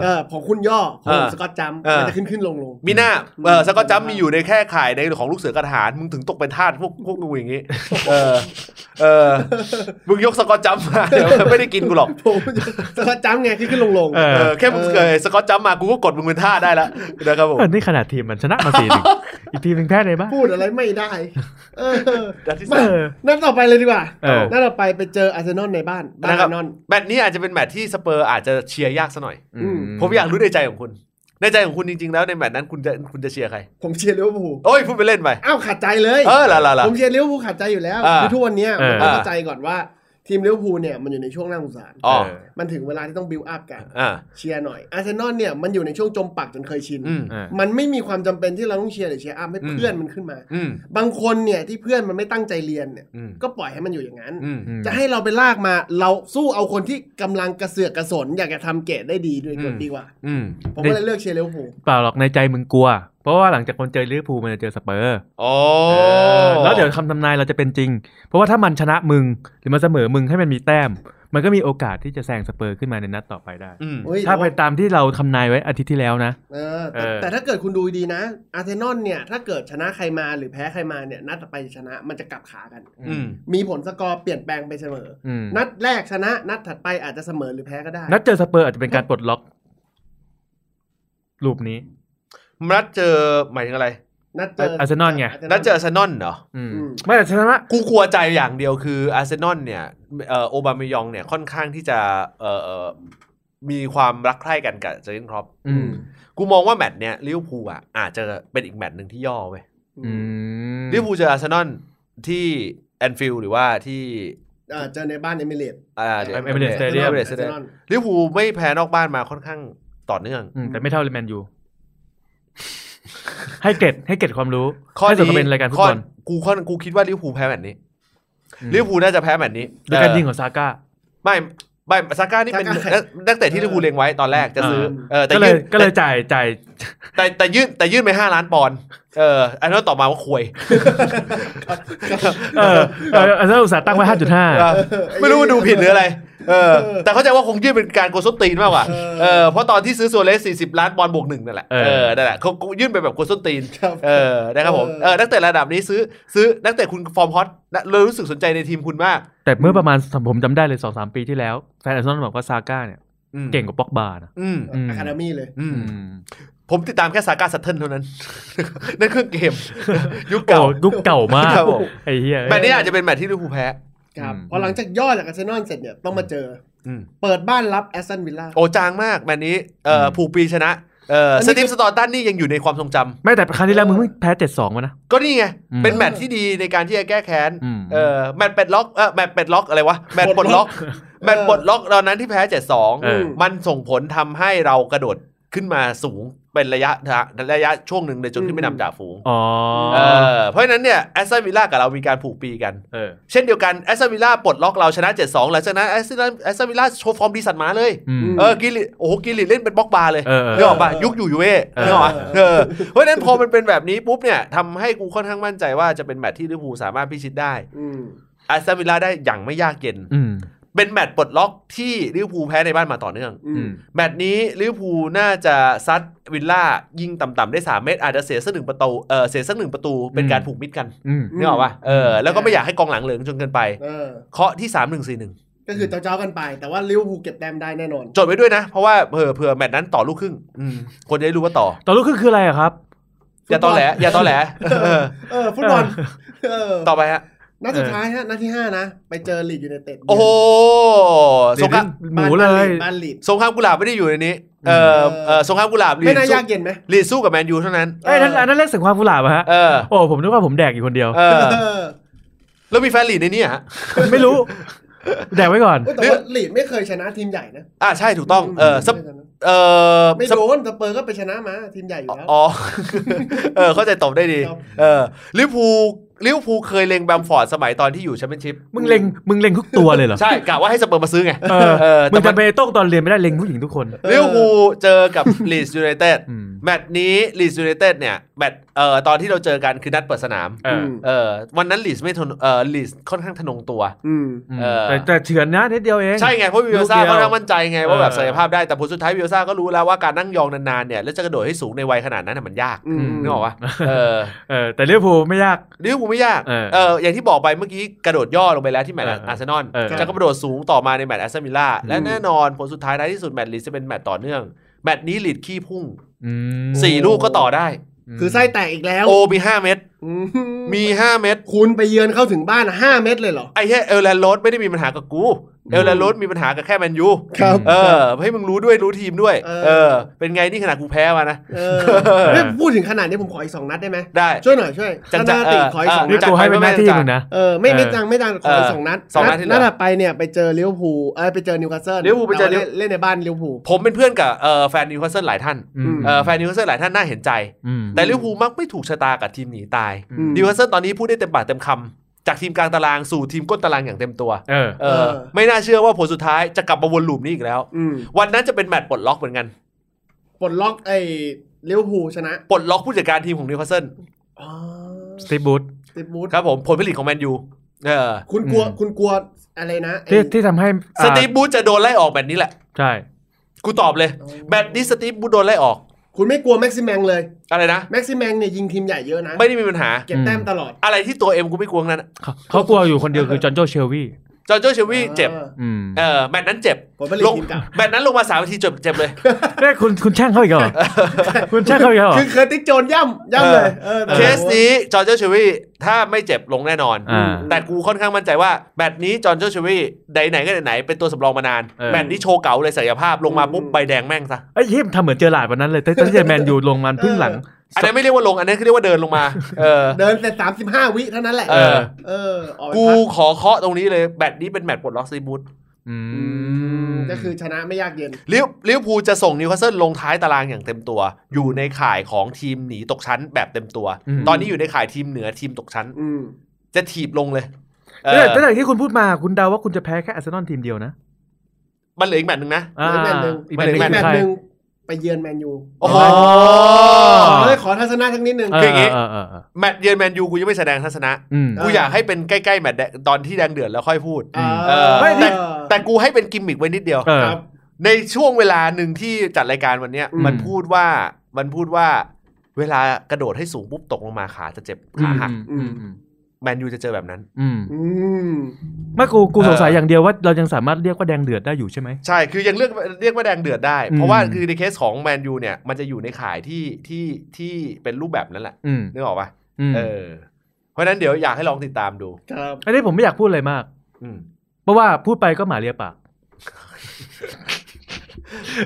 [SPEAKER 2] เออของคุณย่อของผมสกอตจัมป์มันจะขึ้นขึ้นลงลง
[SPEAKER 1] มีหน้าเออ
[SPEAKER 2] อืม
[SPEAKER 1] สกอตจัมป์มีอยู่ในแค่ข่ายในของลูกเสือกระถานมึงถึงตกเป็นทาสพวกพวกงูอย่างงี้เออเอ
[SPEAKER 3] *laughs*
[SPEAKER 1] อมึงยกสกอตจัมป์มาเดี๋ยว *laughs* ไม่ได้กินกูหรอก
[SPEAKER 2] ผมสกอตจัมป์ไงขึ้นขึ้นลงลง
[SPEAKER 3] เออ
[SPEAKER 1] เออแค่มึงเคยสกอตจัมป์มากูก็กดมึงเป็นท่าสได้แล้วนะครับผม *laughs*
[SPEAKER 3] เออนี่ขนาดทีมมันชนะมาสี่หนึ่งอีกทีมหนึ่งแพ้เลยบ้าง
[SPEAKER 2] พูดอะไรไม่ได้เออ
[SPEAKER 1] นัดที่
[SPEAKER 2] มา
[SPEAKER 1] สาม
[SPEAKER 2] นัดต่อไปเลยดีกว่า
[SPEAKER 3] เออ
[SPEAKER 2] นัดต่อไปไปเจออาร์เซนอลในบ้านบ้านอา
[SPEAKER 1] นะ
[SPEAKER 2] ร์
[SPEAKER 1] ครับ
[SPEAKER 2] เซนอล
[SPEAKER 1] แมตช์นี้อาจจะเป็นแมตช์ที่สเปอร์อาจจะเชียร์ยากซะหน่อย
[SPEAKER 2] อืม
[SPEAKER 1] ผมอยากรู้ในใจของคุณ ในใจของคุณจริง ๆ แล้วในแมตช์นั้นคุณจะคุณจะเชียร์ใคร
[SPEAKER 2] ผมเชียร์ลิเวอร์พูล
[SPEAKER 1] โอ้ยพูดไปเล่นไป
[SPEAKER 2] อ้าวขาดใจเลย
[SPEAKER 1] เออล่ะล่ะล่ะ
[SPEAKER 2] ผมเชียร์ลิเวอร์พูลขาดใจอยู่แล้ว
[SPEAKER 1] อ่า
[SPEAKER 2] คือทุกวันเนี้ย
[SPEAKER 3] เออ
[SPEAKER 2] มันต้องเข้าใจก่อนว่า ทีมลิเวอร์พูลเนี่ยมันอยู่ในช่วงน่าสงสาร
[SPEAKER 1] อ๋อ
[SPEAKER 3] เออ
[SPEAKER 2] มันถึงเวลาที่ต้องบิวอัพกัน
[SPEAKER 1] อ่า
[SPEAKER 2] เชียร์หน่อยอาร์เซนอลเนี่ยมันอยู่ในช่วงจมปักจนเคยชิน
[SPEAKER 1] อืม
[SPEAKER 3] อ่า
[SPEAKER 2] มันไม่มีความจำเป็นที่เราต้องเชียร์หรือเชียร์อัพให้
[SPEAKER 1] อืม
[SPEAKER 2] เพื่อนมันขึ้นมา
[SPEAKER 1] อืม
[SPEAKER 2] บางคนเนี่ยที่เพื่อนมันไม่ตั้งใจเรียนเนี่ย
[SPEAKER 1] อืม
[SPEAKER 2] ก็ปล่อยให้มันอยู่อย่างนั้น
[SPEAKER 1] อืม
[SPEAKER 3] อืม
[SPEAKER 2] จะให้เราไปลากมาเราสู้เอาคนที่กำลังกระเสือกกระสน อยากจะทำเกรดได้ดีด้วยกันดีกว่า
[SPEAKER 1] อืม
[SPEAKER 2] ผมก็เลยเลือกเชียร์ลิเวอร์พูล
[SPEAKER 3] เปล่าหรอกในใจมึงกลัว เพราะว่าหลังจากคนเจอลิเวอร์พูลมันจะเจอสเปอร์
[SPEAKER 1] โอ้
[SPEAKER 3] แล้วเดี๋ยวคำทำนายเราจะเป็นจริง เพราะว่าถ้ามันชนะมึงหรือมันเสมอมึงให้มันมีแต้ม มันก็มีโอกาสที่จะแซงสเปอร์ขึ้นมาในนัดต่อไปได้
[SPEAKER 1] อืม
[SPEAKER 2] เฮ้ย
[SPEAKER 3] ถ้าไปตามที่เราทำนายไว้อาทิตย์ที่แล้วนะ
[SPEAKER 2] เออแต่
[SPEAKER 3] เออ
[SPEAKER 2] แต่ถ้าเกิดคุณดูดีนะ อาร์เซนอลเนี่ยถ้าเกิดชนะใครมาหรือแพ้ใครมาเนี่ยนัดต่อไปชนะมันจะกลับขากัน
[SPEAKER 1] อืม
[SPEAKER 2] มีผลสกอร์เปลี่ยนแปลงไปเสมอ
[SPEAKER 3] อืม
[SPEAKER 2] นัดแรกชนะ นัดถัดไปอาจจะเสมอหรือแพ้ก็ได้
[SPEAKER 3] นัดเจอสเปอร์อาจจะเป็นการปลดล็อกรูปนี้
[SPEAKER 1] นัดเจอหมายถึงอะไร
[SPEAKER 2] นัดเจอ
[SPEAKER 3] อา
[SPEAKER 2] อา
[SPEAKER 3] ร์เซนอลไง
[SPEAKER 1] นัดเจออาร์เซนอลเหรอ
[SPEAKER 3] อืมไม่แต่ชนะ
[SPEAKER 1] กูกลัวใจอย่างเดียวคืออาร์เซนอลเนี่ยเอ่อโอบามายองเนี่ยค่อนข้างที่จะเอ่อเอ่อมีความรักใคร่กันกับเจอร์เกนครอป
[SPEAKER 3] อืม
[SPEAKER 1] กูมองว่าแมตช์เนี่ยลิเวอร์พูลอ่ะอาจจะเป็นอีกแมตช์หนึ่งที่ย่อเว้ย
[SPEAKER 3] อืม
[SPEAKER 1] ลิเวอร์พูลเจออาร์เซนอลที่แอนฟิลด์หรือว่าที่
[SPEAKER 2] อ่าเจอในบ้านเอมิเรตส์
[SPEAKER 1] อ่า
[SPEAKER 3] เอเมเรตสเตเดียม
[SPEAKER 1] เอเมเรตสเตเดียมลิเวอร์พูลไม่แพ้นอกบ้านมาค่อนข้างต่อเนื่อง
[SPEAKER 3] อืมแต่ไม่เท่าแมนยู ให้เกร็ดให้เกร็ดความรู้
[SPEAKER 1] ข้อ
[SPEAKER 3] ให้สม
[SPEAKER 1] นี้
[SPEAKER 3] กับเป็นรายการฟุต
[SPEAKER 1] ข้อบ
[SPEAKER 3] อล
[SPEAKER 1] กูค่อนกูคิดว่าลิเวอร์พูลแพ้แมตช์นี้
[SPEAKER 3] อืม
[SPEAKER 1] ลิเวอร์พูลน่าจะแพ้แมตช์นี้
[SPEAKER 3] โดยการยิง
[SPEAKER 1] เออ
[SPEAKER 3] ของซาก้า
[SPEAKER 1] ไม่ไม่ซาก้านี่เป็น
[SPEAKER 2] ซาก้า
[SPEAKER 1] นักนักเตะที่ลิเวอร์พูลเล็งไว้ตอนแรกจะซื้อเออแต่
[SPEAKER 3] ก็เลย
[SPEAKER 1] น
[SPEAKER 3] ก็เลยจ่ายจ่าย
[SPEAKER 1] แต่แต่ยื่นแต่ยื่นไปห้าล้านปอนด์เอออันนั้นต่อบมาว่าควย
[SPEAKER 3] เออเอออันนั้นอุตส่าห์ตั้งไว้ห้าจุดห้า
[SPEAKER 1] เออไม่รู้ว่าดูผิดหรืออะไร เออ แต่เข้าใจว่าคงยื่นเป็นการโกนส้นตีนมากกว่า เออ เพราะตอนที่ซื้อโซเลสสี่สิบล้านปอนด์บวกหนึ่งนั่นแหละ
[SPEAKER 3] เออ
[SPEAKER 1] เออ นั่นแหละเขายื่นไปแบบโกนส้นตีน
[SPEAKER 2] ครับ
[SPEAKER 1] เออ นะครับผม
[SPEAKER 2] เออ
[SPEAKER 1] เออ นักเตะระดับนี้ซื้อซื้อนักเตะคุณฟอร์มฮอตนะเลยรู้สึกสนใจในทีมคุณมาก
[SPEAKER 3] แต่เมื่อประมาณผมจำได้เลยสองสามปีที่แล้ว แฟนอาร์เซนอลบอกว่าซาก้าเนี่ย
[SPEAKER 1] อืม
[SPEAKER 3] เก่งกว่าป็อกบาร์นะ
[SPEAKER 1] อืม
[SPEAKER 3] อืม
[SPEAKER 2] อะคาเดมี่เลย
[SPEAKER 1] อืม
[SPEAKER 3] อืม
[SPEAKER 1] ผมติดตามแค่ซาก้าสัตเทิลเท่านั้น *laughs* นั่นคือเกม ยุค
[SPEAKER 3] โอ้
[SPEAKER 1] เก่า
[SPEAKER 3] ยุคเก่ามาก
[SPEAKER 1] ครับผม
[SPEAKER 3] ไอ้เหี้ย
[SPEAKER 1] แมตช์นี้อาจจะเป็นแมตช์ที่ลิเวอร์พูลแพ้
[SPEAKER 2] ครับ
[SPEAKER 3] อืม
[SPEAKER 2] พอหลังจากย่อจากอาร์เซนอลเสร็จเนี่ยต้องมาเจอ
[SPEAKER 1] อืม
[SPEAKER 2] เปิดบ้านรับแอสตันวิลล่า
[SPEAKER 1] โอ้จางมากแมนนี้เอออ
[SPEAKER 3] ม
[SPEAKER 1] ผูกปีชนะเอออนส
[SPEAKER 2] นี้
[SPEAKER 1] ตีฟ
[SPEAKER 2] คือ
[SPEAKER 1] สตอร์ตันนี่ยังอยู่ในความทรงจำ
[SPEAKER 3] ไม่แต่ครั้งที่แล้วมึงเพิ่งแพ้เจ็ดสองวะนะ
[SPEAKER 1] ก็นี่ไง
[SPEAKER 3] อืม
[SPEAKER 1] เป็นแมตช์ที่ดีในการที่จะแก้แค้น
[SPEAKER 3] อืม
[SPEAKER 1] เออแมตช์เป็ดล็อกเออแมตช์เป็ดล็อกอะไรวะแมตช์ปลดล็อกแมตช์ปลดล็อกตอนนั้นที่แพ้
[SPEAKER 3] เออ
[SPEAKER 1] 7-2 มันส่งผลทำให้เรากระโดดขึ้นมาสูงเป็นระยะทางระยะช่วงหนึ่งเลยจนขึ้นไปนำจ่าฝูง
[SPEAKER 3] อ๋อ
[SPEAKER 1] เออเพราะฉะนั้นเนี่ยแอสตันวิลล่ากับเรามีการผูกปีกัน
[SPEAKER 3] เออ
[SPEAKER 1] เช่นเดียวกันแอสตันวิลล่าปลดล็อกเราชนะ 7-2หลังจากนั้นแอสตันวิลล่าโชว์ฟอร์มดีสัตว์หมาเลย
[SPEAKER 3] อืม
[SPEAKER 1] เออกิลิโอ้โหกิลิเล่นเป็นบล็อกบาร์เลย
[SPEAKER 3] เออเออ
[SPEAKER 1] นึกออกปะ
[SPEAKER 2] เออ
[SPEAKER 1] ยุคอยู่ยูเว่
[SPEAKER 3] เออ
[SPEAKER 1] นึกออกปะ
[SPEAKER 2] เอ
[SPEAKER 1] เอ
[SPEAKER 2] อ
[SPEAKER 1] อเพราะฉะนั้นพอมันเป็นแบบนี้ปุ๊บเนี่ยทำให้กูค่อนข้างมั่นใจว่าจะเป็นแมตช์ที่ลิเวอร์พูลสามารถพิชิตได้
[SPEAKER 2] อืม
[SPEAKER 1] อาร์เซนอลวิลล่าได้อย่างไม่ยากเย็น
[SPEAKER 3] อืม
[SPEAKER 1] เป็นแมตช์ปลดล็อกที่ลิเวอร์พูลแพ้ในบ้านมาต่อเนื่อง
[SPEAKER 2] อื
[SPEAKER 3] อื
[SPEAKER 2] ม
[SPEAKER 3] ม
[SPEAKER 1] แมตช์นี้ลิเวอร์พูลน่าจะซัดวิลล่ายิงต่ำๆได้ 3 เมตร อาจจะเสียสักหนึ่งประตูเออเสียสักหนึ่งประตูเป็นการผูกมิดกัน
[SPEAKER 3] อืม
[SPEAKER 1] นึกออกปะเออแล้วก็ไม่อยากให้กองหลังเหลืองจนเกินไป
[SPEAKER 2] เออ
[SPEAKER 1] เคาะที่ 3 1 4 1
[SPEAKER 2] ก็คือเจ้าๆกันไป แต่ว่าลิเวอร์พูลเก็บแต้มได้แน่นอน
[SPEAKER 1] จดไว้ด้วยนะ เพราะว่าเผื่อเผื่อแมตช์นั้นต่อลูกครึ่งอืมคนจะได้รู้ว่าต่อ
[SPEAKER 3] ตอนลูกครึ่งคืออะไรอะครับ
[SPEAKER 1] อย่าตอแหลอย่าตอแหลเออ
[SPEAKER 2] เออฟุตบอลเออ
[SPEAKER 1] ต่อไปฮะ
[SPEAKER 2] นัดสุดท้ายฮะนัดที่ห้านะ ไปเจอลีดยูไนเต็ด
[SPEAKER 1] โอ้โหสงคราม
[SPEAKER 3] หมูเลย
[SPEAKER 2] บ้านลีด
[SPEAKER 1] สงครามกุหลาบไม่ได้อยู่ในนี้ เออเออสงครามกุหลาบลี
[SPEAKER 2] ไม่
[SPEAKER 1] ด
[SPEAKER 2] น่า
[SPEAKER 1] สู้
[SPEAKER 2] ยากเย็นไหม
[SPEAKER 1] ลีดสู้กับแมนยูเท่านั้น
[SPEAKER 3] ไอ้ยนั่นอันนั้นเล่นเสียงความกุหลาบอะฮะ
[SPEAKER 1] เออ
[SPEAKER 3] โอ้ผมนึกว่าผมแดกอยู่คนเดียว
[SPEAKER 1] เออ
[SPEAKER 2] เออ
[SPEAKER 1] แล้วมีแฟนลีดในนี้เหรอฮะ
[SPEAKER 3] ไม่รู้ แดกไว้ก่อน
[SPEAKER 2] เออแต่ว่าลีดไม่เคยชนะทีมใหญ่นะ
[SPEAKER 1] อ่าใช่ถูกต้อง เออส
[SPEAKER 2] ไม่
[SPEAKER 1] เป
[SPEAKER 2] เคยชนะ
[SPEAKER 1] เออ
[SPEAKER 2] ไม่
[SPEAKER 1] สเป
[SPEAKER 2] โดนสเปอร์ก็ไปชนะมาทีมใหญ่อยู่แล้ว
[SPEAKER 1] อ๋อ *laughs* เออ เข้าใจตบได้ดี
[SPEAKER 2] ครับ
[SPEAKER 1] เออลิเวอร์พูลลิเวอร์พูลเคยเล็งแบมฟอร์ดสมัยตอนที่อยู่แชมเปี้ยนชิพ
[SPEAKER 3] มึงเล็งมึงเล็งทุกตัวเลยเหรอ
[SPEAKER 1] ใช่กะว่าให้สเปอร์มาซื้อไง
[SPEAKER 3] เออ
[SPEAKER 1] เออ
[SPEAKER 3] มึ
[SPEAKER 1] แต่
[SPEAKER 3] ง
[SPEAKER 1] มั
[SPEAKER 3] จะ
[SPEAKER 1] น
[SPEAKER 3] ไปโต้งตอนเรียนไม่ได้เล็งผู้หญิงทุกคน
[SPEAKER 1] ลิเวอร์พูลเจอกับลีดยูไนเต็ด
[SPEAKER 3] อืม
[SPEAKER 1] แมตช์นี้ลีดส์ยูไนเต็ดเนี่ยแมตช์เอ่อตอนที่เราเจอกันคือนัดเปิดสนาม
[SPEAKER 3] เออ
[SPEAKER 1] เออวันนั้นลีดส์ไม่ทนเอ่อลีดส์ค่อนข้างทะนงตัว
[SPEAKER 2] อืม
[SPEAKER 3] อืม
[SPEAKER 1] เออ
[SPEAKER 3] แต่แต่เฉือนนะนิดเดียวเอง
[SPEAKER 1] ใช่ไงเพราะวิโอซ่า
[SPEAKER 3] ลูกเดียว
[SPEAKER 1] ค่อนข้างมั่นใจไงว่าแบบ
[SPEAKER 3] เออ
[SPEAKER 1] ศักยภาพได้แต่ผลสุดท้ายวิโอซ่าก็รู้แล้วว่าการนั่งยองนานๆเนี่ยแล้วจะกระโดดให้สูงในวัยขนาดนั้นนะมันยาก
[SPEAKER 2] อืม
[SPEAKER 1] นึกออกปะเออ
[SPEAKER 3] เออแต่เลี้ยวภูลไม่ยาก
[SPEAKER 1] ลิเวอร์พูลไม่ยาก
[SPEAKER 3] เออ
[SPEAKER 1] เอออย่างที่บอกไปเมื่อกี้กระโดดย่อลงไปแล้วที่แมตช์
[SPEAKER 3] เออเออ
[SPEAKER 1] อาร์เซนอล
[SPEAKER 3] เออ
[SPEAKER 1] จะกระโดดสูงต่อมาในแมตช์แอสตันวิลล่าและ
[SPEAKER 2] อืม
[SPEAKER 1] แน่นอนผลสุดท้ายท้ายที่สุดแมตช์ลีดส์จะเป็นแมตช์ต่อเนื่องแมตช์นี้ลีดส์ขี้พุ่ง
[SPEAKER 3] อืม
[SPEAKER 1] สี่ลูกก็ต่อได้
[SPEAKER 3] ม
[SPEAKER 2] คือไส้แตกอีกแล้ว
[SPEAKER 1] โอมีห้าเม็ด
[SPEAKER 2] อื
[SPEAKER 1] มีห้าเม็ด
[SPEAKER 2] คุณไปเยือนเข้าถึงบ้านห้าเม็ดเลยเหรอ
[SPEAKER 1] ไอ้เหี้ยเอลแลนด์โรดไม่ได้มีปัญหากับกู เอลลารูดมีปัญหากับแค่แมนยู
[SPEAKER 2] ครับ
[SPEAKER 1] เออให้มึงรู้ด้วยรู้ทีมด้วย
[SPEAKER 2] เออ
[SPEAKER 1] เออ เป็นไงนี่ขนาดกูแพ้มานะ
[SPEAKER 2] เออเฮ้ยพูดถึงขนาดนี้ผมขออีกสองนัดได้ไหม
[SPEAKER 1] ได้
[SPEAKER 2] ช่วยหน่อยช่วย
[SPEAKER 1] จัด
[SPEAKER 2] จั
[SPEAKER 1] จ้ะ
[SPEAKER 2] นติขออีกสอ
[SPEAKER 1] เอ
[SPEAKER 2] ง
[SPEAKER 1] อ
[SPEAKER 3] นี่
[SPEAKER 2] นัด
[SPEAKER 3] กูให้เป็นหน้าที่มึงนะ
[SPEAKER 2] เออไม่ไม่
[SPEAKER 3] เออ
[SPEAKER 2] ดังไม่ดังขออีกสองนัด
[SPEAKER 1] สองนัดที่เหลือ
[SPEAKER 2] นัดถัดไปเนี่ยไปเจอลิเวอร์พูลเออไปเจอนิวคาสเซิล
[SPEAKER 1] ลิเวอร์พูลไปเจอลิ
[SPEAKER 2] แต่
[SPEAKER 1] เวอร์
[SPEAKER 2] ว่าเล่นในบ้านลิเวอร์พูล
[SPEAKER 1] ผมเป็นเพื่อนกับเอ่อแฟนนิวคาสเซิลหลายท่านเอ่อแฟนนิวคาสเซิลหลายท่านน่าเห็นใจ แต่ลิเวอร์พูลมักไม่ถูกชะตากับทีมหนีตาย
[SPEAKER 3] อืม
[SPEAKER 1] นิวคาสเซิลตอนนี้พูดได้เต็มปากเต็มคำจากทีมกลางตารางสู่ทีมก้นตารางอย่างเต็มตัว
[SPEAKER 3] เออ
[SPEAKER 1] เอ
[SPEAKER 2] เอ
[SPEAKER 1] อ
[SPEAKER 2] อ
[SPEAKER 1] ไม่น่าเชื่อว่าผลสุดท้ายจะกลับมาวนลูปนี้อีกแล้ว
[SPEAKER 2] อืม
[SPEAKER 1] วันนั้นจะเป็นแมตช์ปลดล็อกเหมือนกัน
[SPEAKER 2] ปลดล็อกไอ้ลิเวอร์พูลชนะ
[SPEAKER 1] ปลดล็อกผู้จัดการทีมของนิวคาสเซิล
[SPEAKER 2] อ๋อ
[SPEAKER 3] สตีบูธ
[SPEAKER 2] ติดบูธ
[SPEAKER 1] ครับผมผลผลิตของแมนยูเออ
[SPEAKER 2] คุณกลัว
[SPEAKER 3] อืม
[SPEAKER 2] คุณกลัวอะไรนะไอ้
[SPEAKER 3] ที่ที่ทำให้อ่า
[SPEAKER 1] สตีฟบูธจะโดนไล่ออกแบบนี้แหละ
[SPEAKER 3] ใช่
[SPEAKER 1] กูตอบเลยแมตช์นี้สตีฟบูธโดนไล่ออก
[SPEAKER 2] คุณไม่กลัวแม็กซิแมงเลย
[SPEAKER 1] อะไรนะ
[SPEAKER 2] แม็กซิแมงเนี่ยยิงทีมใหญ่เยอะนะ
[SPEAKER 1] ไม่ได้มีปัญหา
[SPEAKER 2] เก็บแต้มตลอด
[SPEAKER 1] อะไรที่ตัวเอ็มกูไม่กลัวทั้งนั้นอะ
[SPEAKER 3] เขาเขากลัวอยู่คนเดียวคือจอห์นโจเชลวี่
[SPEAKER 1] จอร์โจเชลวี่เจ็บ
[SPEAKER 3] อืม
[SPEAKER 1] เออแมตช์นั้นเจ็บ
[SPEAKER 2] ผลผลิต
[SPEAKER 1] ลง
[SPEAKER 2] ทีมเก่า
[SPEAKER 1] แมตช์นั้นลงมาสามนาทีจบเจ็บเลย
[SPEAKER 3] นี่คุณคุณแช่งเขาอีกเหรอ คุณแช่งเขาอีกเหรอ
[SPEAKER 2] คือเคอร์ติสโจนย่ำย่ำเลยออแต่
[SPEAKER 1] เคสนี้จอร์ e เจชวีถ้าไม่เจ็บลงแน่นอน
[SPEAKER 3] อ่า
[SPEAKER 1] แต่กูค่อนข้างมั่นใจว่าแมตช์นี้จอร์ e เจชวีไหนๆก็ไหนๆเป็นตัวสำรองมานาน
[SPEAKER 3] เออ
[SPEAKER 1] แมตช์นี้โชว์เก๋าเลยศักยภาพลงมาปุ๊บใบแดงแม่งซะ
[SPEAKER 3] ไอ้ยเหี้ยมนทำเหมือนเจอหลาดวันนั้นเลยแต่ตอนที่แมนยูลงมันพึ่งหลัง
[SPEAKER 1] อันนั้นไม่เรียกว่าลง อันนั้นคือเรียกว่าเดินลงมา เออ
[SPEAKER 2] เดินเสร็จสามสิบห้าวิเท่านั้นแหละ
[SPEAKER 1] เออ
[SPEAKER 2] เออออกไป
[SPEAKER 1] กู
[SPEAKER 2] พั
[SPEAKER 1] ขอเคาะตรงนี้เลยแมตช์นี้เป็นแมตช์ปลดล็อกซีบูธ
[SPEAKER 3] อืม
[SPEAKER 2] ก็คือชนะไม่ยากเย็น
[SPEAKER 1] ลิเวลิเวอร์พูลจะส่งนิวคาสเซิลลงท้ายตารางอย่างเต็มตัว อยู่ในข่ายของทีมหนีตกชั้นแบบเต็มตัว
[SPEAKER 3] ม
[SPEAKER 1] ตอนนี้อยู่ในข่ายทีมเหนือทีมตกชั้น
[SPEAKER 2] อืม
[SPEAKER 1] จะถีบลงเลยเอ
[SPEAKER 3] แต่
[SPEAKER 1] อ
[SPEAKER 3] แต่ที่คุณพูดมาคุณเดาว่าคุณจะแพ้แค่อาร์เซนอลทีมเดียวนะ
[SPEAKER 1] มันเหลืออีกแมตช์หนึ่งนะ
[SPEAKER 3] อ่า
[SPEAKER 2] เหลือแมตช์หนึ่ง
[SPEAKER 3] อีกแมตช์หนึ่ง
[SPEAKER 2] อีกแมตช์หนึ่ง
[SPEAKER 3] ใคร
[SPEAKER 2] ไปเยือนแมนยู
[SPEAKER 1] โอ้โห
[SPEAKER 3] อ๋อ
[SPEAKER 2] เออขอทัศนะทั้งนิดนึง
[SPEAKER 3] เอ
[SPEAKER 1] คืออ
[SPEAKER 3] อ
[SPEAKER 1] ย่างงี้
[SPEAKER 3] เออเออเออ
[SPEAKER 1] แมตช์เยือนแมนยูกูยังไม่แสดงทัศนะ
[SPEAKER 3] อืม
[SPEAKER 1] กูอยากให้เป็นใกล้ๆแมตช์แดงตอนที่แดงเดือดแล้วค่อยพูด
[SPEAKER 2] เออ
[SPEAKER 1] เออ
[SPEAKER 2] ไม่ดิ
[SPEAKER 1] แต่กูให้เป็นกิมมิกไว้นิดเดียว
[SPEAKER 3] เออ
[SPEAKER 2] ครับ
[SPEAKER 1] ในช่วงเวลาหนึ่งที่จัดรายการวันเนี้ย
[SPEAKER 2] อืม
[SPEAKER 1] มันพูดว่ามันพูดว่าเวลากระโดดให้สูงปุ๊บตกลงมาขาจะเจ็บขาหัก
[SPEAKER 3] อืมอืม
[SPEAKER 1] แมนยูจะเจอแบบนั้น
[SPEAKER 3] อืม
[SPEAKER 2] อืม
[SPEAKER 3] ไม่กูกูสงสัยอย่างเดียวว่าเรายังสามารถเรียกว่าแดงเดือดได้อยู่ใช่ไหม
[SPEAKER 1] ใช่คือยังเลือกเรียกว่าแดงเดือดได้
[SPEAKER 3] อืม
[SPEAKER 1] เพราะว่าคือในเคสของแมนยูเนี่ยมันจะอยู่ในข่ายที่ที่ที่เป็นรูปแบบนั้นแหละ
[SPEAKER 3] อืม
[SPEAKER 1] นึกออกปะ
[SPEAKER 3] อืม
[SPEAKER 1] เออ เพราะฉะนั้นเดี๋ยวอยากให้ลองติดตามดู
[SPEAKER 2] ครับ
[SPEAKER 3] อันนี้ผมไม่อยากพูดอะไรมาก
[SPEAKER 1] อืม
[SPEAKER 3] เพราะว่าพูดไปก็หมาเรียปาก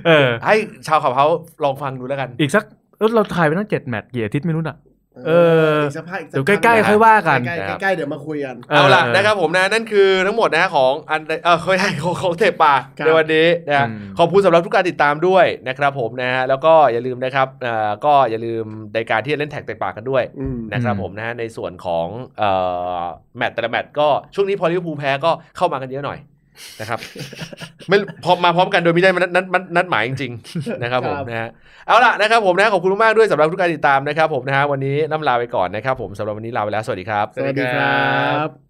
[SPEAKER 3] เออ
[SPEAKER 1] ให้ชาวขับเขาลองฟังดูแล้วกัน
[SPEAKER 3] อีกสักเออเราถ่ายไปตั้งเจ็ดแมตช์เกียอาทิตย์ไม่รู้น่ะ เอออี
[SPEAKER 2] กสักพักอีกสั
[SPEAKER 3] เดี๋ยว
[SPEAKER 2] พั
[SPEAKER 3] ใกล้
[SPEAKER 1] นะ
[SPEAKER 3] ๆค่อยว่ากัน
[SPEAKER 2] ใกล้
[SPEAKER 1] นะครับ
[SPEAKER 2] ๆใกล้ๆเดี๋ยวมาคุยกัน
[SPEAKER 1] เอาล่ะนะครับผมนะนั่นคือทั้งหมดนะของอันเออเคย *laughs* ได้ของของเทปปา
[SPEAKER 2] ครับ
[SPEAKER 1] ในวันนี้นะขอบคุณสำหรับทุกการติดตามด้วยนะครับผมนะฮะแล้วก็อย่าลืมนะครับเอ่อก็อย่าลืมในการที่จะเล่นแท็กเตะปากกันด้วย
[SPEAKER 2] อืม
[SPEAKER 1] นะครับผมนะฮะในส่วนของเอ่อแมตช์แต่ละแมตช์ก็ช่วงนี้พอลิเวอร์พูลแพ้ก็เข้ามากันเยอะหน่อย *laughs* นะครับไม่พอมาพร้อมกันโดยไม่ได้นัดนัดนัดนัดหมายจริง *laughs* ๆนะครับผม
[SPEAKER 2] ครับ
[SPEAKER 1] นะฮะเอาล่ะนะครับผมนะขอบคุณมากๆด้วยสำหรับทุกการติดตามนะครับผมนะฮะวันนี้ล่ำลาไปก่อนนะครับผมสำหรับวันนี้ลาไปแล้วสวัสดีครับ
[SPEAKER 2] สวัสดีครับ